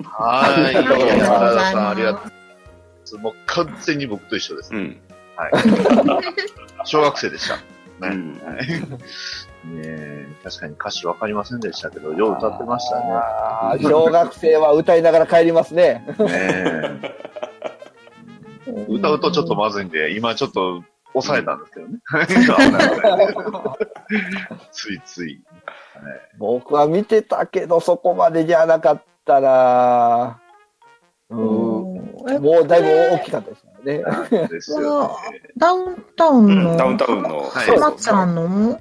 [SPEAKER 4] は
[SPEAKER 1] ありがとうございます
[SPEAKER 4] さん、ありがとうございます。もう完全に僕と一緒です。
[SPEAKER 1] うん。
[SPEAKER 4] 小学生でした。
[SPEAKER 1] う
[SPEAKER 4] ね
[SPEAKER 1] ん。
[SPEAKER 4] ねえ確かに歌詞わかりませんでしたけど、よう歌ってましたね。
[SPEAKER 2] あー小学生は歌いながら帰りますね。
[SPEAKER 4] ねえ 歌うとちょっとまずいんで、今ちょっと抑えたんですけどね。 ついつい。
[SPEAKER 2] 僕は見てたけど、そこまでじゃなかったな。うん。
[SPEAKER 3] え
[SPEAKER 2] もうだいぶ大きかったですからね。
[SPEAKER 4] ですよね。
[SPEAKER 3] ダウンタウン
[SPEAKER 1] うん
[SPEAKER 3] の、
[SPEAKER 1] ダウンタウンの。
[SPEAKER 4] はい
[SPEAKER 3] かまちゃんの、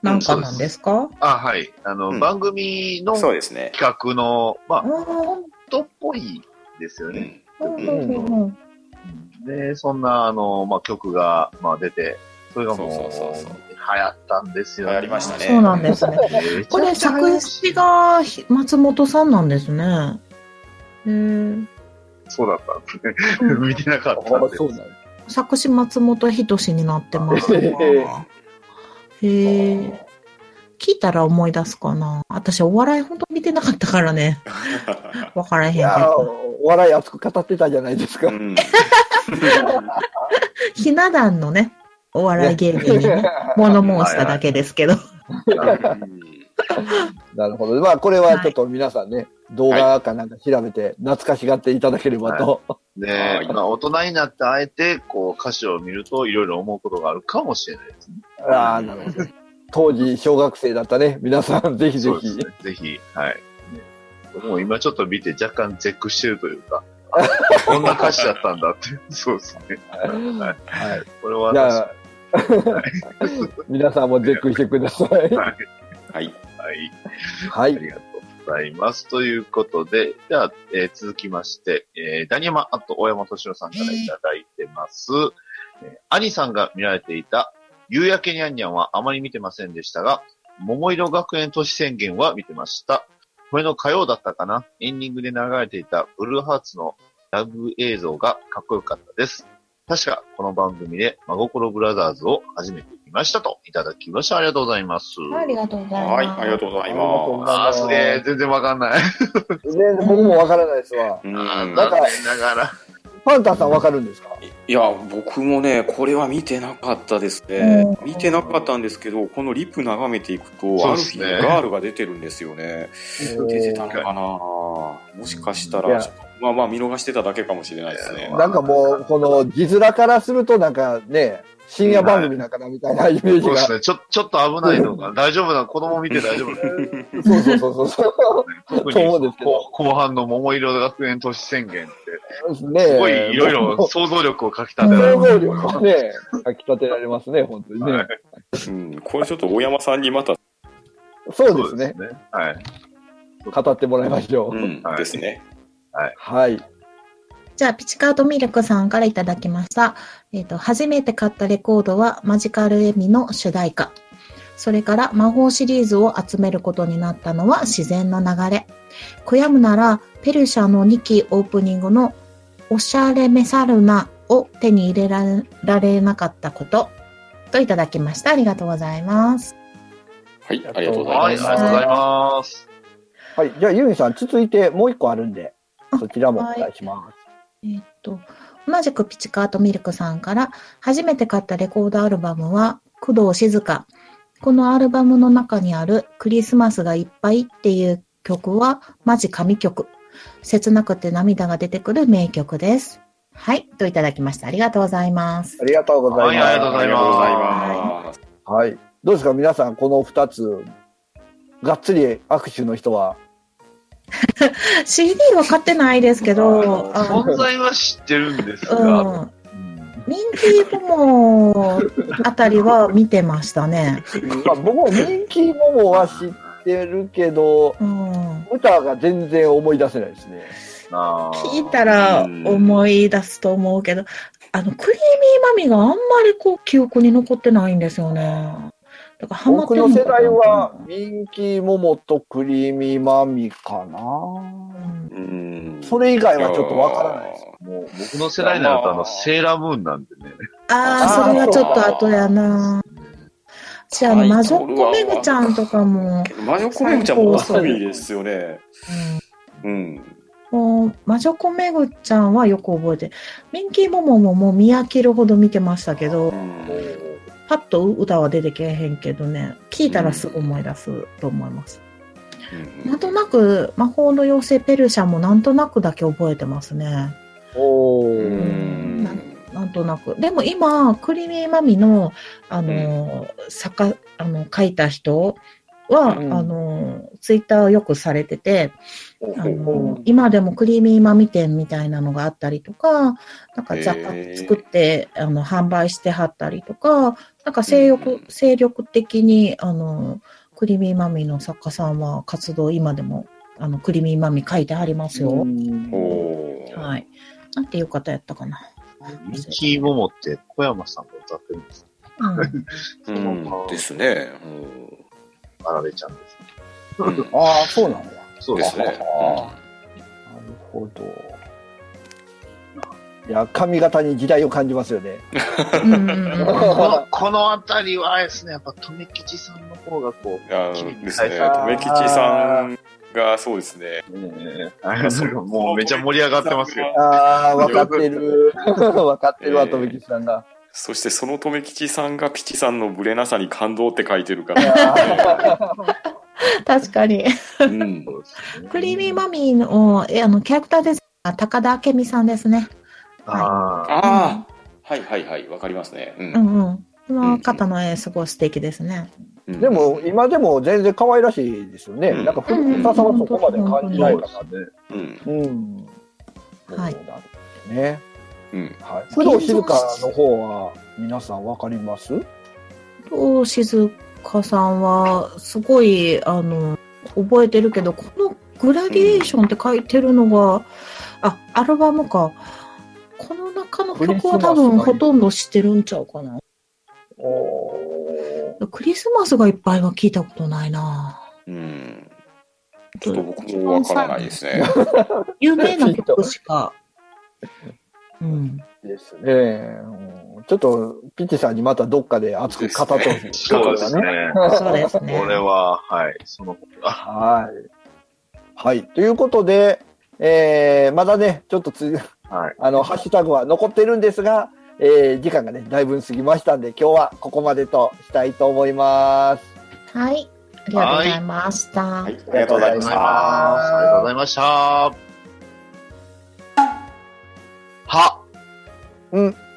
[SPEAKER 3] なんかなんですか
[SPEAKER 4] あ、はい。あの、
[SPEAKER 1] うん
[SPEAKER 4] 番組の
[SPEAKER 1] そう
[SPEAKER 4] 企
[SPEAKER 1] ですね。
[SPEAKER 4] 画の、ま
[SPEAKER 3] あ
[SPEAKER 4] あ、
[SPEAKER 3] ー
[SPEAKER 4] 人っぽいですよ
[SPEAKER 1] う
[SPEAKER 4] ね。
[SPEAKER 1] ん。
[SPEAKER 3] うんうんうん
[SPEAKER 4] で、そんな、あの、まあ、曲が、まあ、出て、それがもう、
[SPEAKER 1] そうそうそうそう
[SPEAKER 4] 流行ったんですよね。
[SPEAKER 1] 流行りましたね
[SPEAKER 3] そうなんですね。
[SPEAKER 4] ね
[SPEAKER 3] これ作詞。がひ松本さんなんですね。えー、
[SPEAKER 4] そうだったんですね。 見てなかったんで。
[SPEAKER 2] そうなんで
[SPEAKER 3] 作詞松本人志になってますわ。
[SPEAKER 2] へ
[SPEAKER 3] へえ。聞いたら思い出すかな。私お笑い本当見てなかったからね。わからへん
[SPEAKER 2] す。い
[SPEAKER 3] け
[SPEAKER 2] やー
[SPEAKER 3] ど。
[SPEAKER 2] お笑い熱く語ってたじゃないですか
[SPEAKER 1] う。ん
[SPEAKER 3] ひな壇のね、お笑い芸人に ね、物申しただけですけど。
[SPEAKER 2] なるほど。まあ、これはちょっと皆さんね、動画かなんか調べて、懐かしがっていただければと。
[SPEAKER 4] で
[SPEAKER 1] はい、
[SPEAKER 4] まあ、大人になってあえて、こう、歌詞を見ると、いろいろ思うことがあるかもしれないですね。
[SPEAKER 2] ああ、なるほど。当時、小学生だったね。皆さん、ぜひぜ
[SPEAKER 4] そうです
[SPEAKER 2] ひ
[SPEAKER 4] ね。。ぜひ、はい。ね僕もう今ちょっと見て若干絶句してるというか、こんな歌詞だったんだって。 そうです ね。はい。
[SPEAKER 2] はい。
[SPEAKER 4] これは
[SPEAKER 2] じ
[SPEAKER 4] 確
[SPEAKER 2] ゃ
[SPEAKER 4] か
[SPEAKER 2] あ、皆さんも絶句してください
[SPEAKER 4] に。。は
[SPEAKER 1] はい。
[SPEAKER 4] い。はい。
[SPEAKER 2] は
[SPEAKER 4] あ
[SPEAKER 2] い。
[SPEAKER 4] りがとうございます。ということで、では、えー続きまして、えーダニヤマ、あと大山敏郎さんからいただいてます。えー兄さんが見られていた、夕焼けにゃんにゃんはあまり見てませんでしたが、桃色学園都市宣言は見てました。これの火曜だったかなエンディングで流れていたブルーハーツのラブ映像がかっこよかったです。確か、この番組で、真心ブラザーズを初めて見ましたといただきました。ありがとうございます。
[SPEAKER 3] がとうござ
[SPEAKER 1] はい。ありがとうございま
[SPEAKER 4] ああ、すげえ。全然わかんない。
[SPEAKER 2] 全然僕もわからないですわ。
[SPEAKER 1] す。う
[SPEAKER 4] あー
[SPEAKER 1] ん
[SPEAKER 2] なんか
[SPEAKER 4] 残念ながら。
[SPEAKER 2] パンタンさんわかるんですか
[SPEAKER 1] いや、僕もね、これは見てなかったですね。見てなかったんですけど、このリップ眺めていくと、
[SPEAKER 4] そ
[SPEAKER 1] ア
[SPEAKER 4] う
[SPEAKER 1] ル
[SPEAKER 4] で
[SPEAKER 1] フ
[SPEAKER 4] す
[SPEAKER 1] ィ
[SPEAKER 4] ね
[SPEAKER 1] ー、ガールが出てるんですよね。出てたのかなもしかした
[SPEAKER 2] い
[SPEAKER 1] ら
[SPEAKER 2] や、
[SPEAKER 1] まあまあ見逃してただけかもしれないですね。
[SPEAKER 2] なんかもう、この字面からすると、なんかね、深夜番組なんかなみたいなイメージ
[SPEAKER 4] そうです
[SPEAKER 2] が。
[SPEAKER 4] ね。ちょ、ちょっと危ないのが、大丈夫な、子供見て大丈夫だよ。
[SPEAKER 2] そうそうそうそう。
[SPEAKER 4] 特
[SPEAKER 2] と
[SPEAKER 4] に
[SPEAKER 2] 思うんですけど
[SPEAKER 4] 後後半の桃色学園都市宣言って、
[SPEAKER 2] ね
[SPEAKER 4] すごいいろいろ想像力をかきたて
[SPEAKER 2] 想
[SPEAKER 4] られます。
[SPEAKER 2] 像力をね、かき立てられますね、本当に
[SPEAKER 4] は
[SPEAKER 2] ね
[SPEAKER 4] い。
[SPEAKER 1] うん、これちょっと大山さんにまた、
[SPEAKER 2] そうですね。
[SPEAKER 4] ね。はい。
[SPEAKER 2] 語ってもらいましょ
[SPEAKER 1] う
[SPEAKER 2] う。
[SPEAKER 1] ん
[SPEAKER 4] はい
[SPEAKER 1] ですね。
[SPEAKER 2] はい。
[SPEAKER 3] じゃあ、ピチカートミルクさんからいただきました。えっ、と、初めて買ったレコードはマジカルエミの主題歌。それから魔法シリーズを集めることになったのは自然の流れ。悔やむなら、ペルシャの2期オープニングのおしゃれメサルナを手に入れられられなかったこと。といただきました。ありがとうございます。
[SPEAKER 1] はい、ありがとうござ
[SPEAKER 4] はいい、あり
[SPEAKER 1] ます。
[SPEAKER 4] がとうございます。
[SPEAKER 2] はい。じゃあ、ユミさん、続いてもう一個あるんで、そちらもお願いしま
[SPEAKER 3] えーっと、同じくピチカートミルクさんから、初めて買ったレコードアルバムは、工藤静香。このアルバムの中にあるクリスマスがいっぱいっていう曲は、マジ神曲。切なくて涙が出てくる名曲です。はい、といただきました。ありがとうございます
[SPEAKER 2] す。あ。りがとうございます。
[SPEAKER 4] はいありがとうございます
[SPEAKER 1] す。
[SPEAKER 2] はい。どうですか、皆さん、この二つ、がっつり握手の人は。
[SPEAKER 3] CD は買ってないですけど、
[SPEAKER 4] あ
[SPEAKER 3] あ
[SPEAKER 4] の
[SPEAKER 3] の
[SPEAKER 4] 存在は知ってるんです
[SPEAKER 3] う
[SPEAKER 4] が、
[SPEAKER 3] ん。ミンティーモモあたりは見てましたね。
[SPEAKER 2] まあ、僕もミンキーモモは知ってるけど、
[SPEAKER 3] うん。
[SPEAKER 2] 歌が全然思い出せないですね。
[SPEAKER 4] 聞
[SPEAKER 3] 聞いたら思い出すと思うけど、あの、クリーミーマミがあんまりこう、記憶に残ってないんですよね。だからハマっ
[SPEAKER 2] 僕
[SPEAKER 3] てる
[SPEAKER 2] の
[SPEAKER 3] の
[SPEAKER 2] 世
[SPEAKER 3] かな
[SPEAKER 2] 代は、ミンキーモモとクリーミーマミか
[SPEAKER 3] う
[SPEAKER 2] な。
[SPEAKER 3] ん
[SPEAKER 1] うん
[SPEAKER 2] それ以外はちょっとわからないです。
[SPEAKER 4] もう僕の世代になると、あの、セーラームーンなんでね。
[SPEAKER 3] ああ、それはちょっと後やな。私、あの、
[SPEAKER 1] タ
[SPEAKER 3] 魔
[SPEAKER 1] イト
[SPEAKER 3] 女っ
[SPEAKER 1] ルは
[SPEAKER 3] 子ペグちゃんとかも、
[SPEAKER 1] マヨコメグちゃんも遊びですよね。うん。
[SPEAKER 3] もう魔女子めぐちゃんはよく覚えてる。ミンキーモモももう見飽きるほど見てましたけど
[SPEAKER 1] う、ん
[SPEAKER 3] パッと歌は出てけえへんけどね、聞いたらすぐ思い出すと思います。なんとなく、魔法の妖精ペルシャもなんとなくだけ覚えてますね。
[SPEAKER 2] お
[SPEAKER 1] う
[SPEAKER 2] ー。
[SPEAKER 1] ん
[SPEAKER 3] なんとなく。でも今、クリミーマミの、あの、作家、あの、書いた人は、
[SPEAKER 2] うん
[SPEAKER 3] あの、ツイッターよくされてて、
[SPEAKER 1] ほう
[SPEAKER 3] あ
[SPEAKER 1] ほう
[SPEAKER 2] ほ
[SPEAKER 3] の
[SPEAKER 2] う
[SPEAKER 3] 今でもクリーミーマミ店みたいなのがあったりとか、なんか雑貨
[SPEAKER 1] へー
[SPEAKER 3] 作って、あの、販売してはったりとか、なんか精力、
[SPEAKER 1] うん
[SPEAKER 3] 精力的に、あの、クリーミーマミの作家さんは活動今でも、あの、クリーミーマミ書いてありますよ。
[SPEAKER 2] うん
[SPEAKER 1] ほう
[SPEAKER 3] はい。なんていう方やったかな。
[SPEAKER 4] ミッキーモモって小山さんが歌ってるんですよ。
[SPEAKER 3] うん
[SPEAKER 1] うんですね。
[SPEAKER 4] あられちゃんです。
[SPEAKER 1] うんうん
[SPEAKER 2] ああ、そうなんだ。な
[SPEAKER 4] そう
[SPEAKER 1] で
[SPEAKER 4] ですすね。
[SPEAKER 1] ね。
[SPEAKER 2] るほど。いや、髪型に時代を感じますよね。
[SPEAKER 3] うんうんうん
[SPEAKER 4] このこの辺りはあれですね、やっぱ留吉さんの方がこ
[SPEAKER 1] いや
[SPEAKER 4] う、
[SPEAKER 1] ですね。
[SPEAKER 2] あ
[SPEAKER 1] 留
[SPEAKER 2] ー
[SPEAKER 1] 吉さんがそうですね。
[SPEAKER 4] ねあれそれはもうめちゃ盛り上がってますよ。
[SPEAKER 2] ああ、わかって る。わかってるわ、とめきちさんが。
[SPEAKER 1] そしてその留吉さんがピチさんのブレなさに感動って書いてるか
[SPEAKER 2] い
[SPEAKER 1] ら。
[SPEAKER 2] や
[SPEAKER 3] 確かに。
[SPEAKER 1] うん
[SPEAKER 4] そうですね
[SPEAKER 3] クリーミーマミーのえあのキャラクターデザインは高田明美さんですね。
[SPEAKER 4] あ
[SPEAKER 1] ああ、はいはいはい、わかりますね。うん
[SPEAKER 3] うんうん。この方の絵すごい素敵ですね。
[SPEAKER 1] うん
[SPEAKER 2] でも、今でも全然可愛らしいですよね。なんか、古ささはそこまで感じ
[SPEAKER 4] あ、
[SPEAKER 2] な
[SPEAKER 4] そ
[SPEAKER 2] いうか
[SPEAKER 4] で
[SPEAKER 2] ら
[SPEAKER 4] す。ね。
[SPEAKER 1] うん、
[SPEAKER 2] うん。
[SPEAKER 3] はい
[SPEAKER 2] そうなんですね。
[SPEAKER 1] うん、
[SPEAKER 2] はい。工藤静香の方は、皆さんわかります
[SPEAKER 3] と静香さんはすごいあの覚えてるけどこのグラディエーションって書いてるのが、あアルバムか。この中の曲は多分ほとんど知ってるんちゃうかな。
[SPEAKER 2] お
[SPEAKER 3] クリスマスがいっぱいは聞いたことないな。
[SPEAKER 1] うん。ちょっと僕もわからないですね。
[SPEAKER 3] 有名な曲しか。うん。
[SPEAKER 2] ですね。うんちょっと、ピッチさんにまたどっかで熱く語ってほしい。
[SPEAKER 4] そうですね。。
[SPEAKER 3] そうですね。
[SPEAKER 4] これは、はい、その、あ、
[SPEAKER 2] はい。はい。ということで、えー、まだね、ちょっとつ、
[SPEAKER 4] はい。
[SPEAKER 2] あの、ハッシュタグは残ってるんですが、えー、時間がね、だいぶ過ぎましたんで、今日はここまでとしたいと思います。
[SPEAKER 3] はい。ありがとうございました。
[SPEAKER 1] はい、ありがとうございまし
[SPEAKER 4] ありがとうご
[SPEAKER 1] た。
[SPEAKER 4] ざいますありがとうございました。は、
[SPEAKER 2] うん。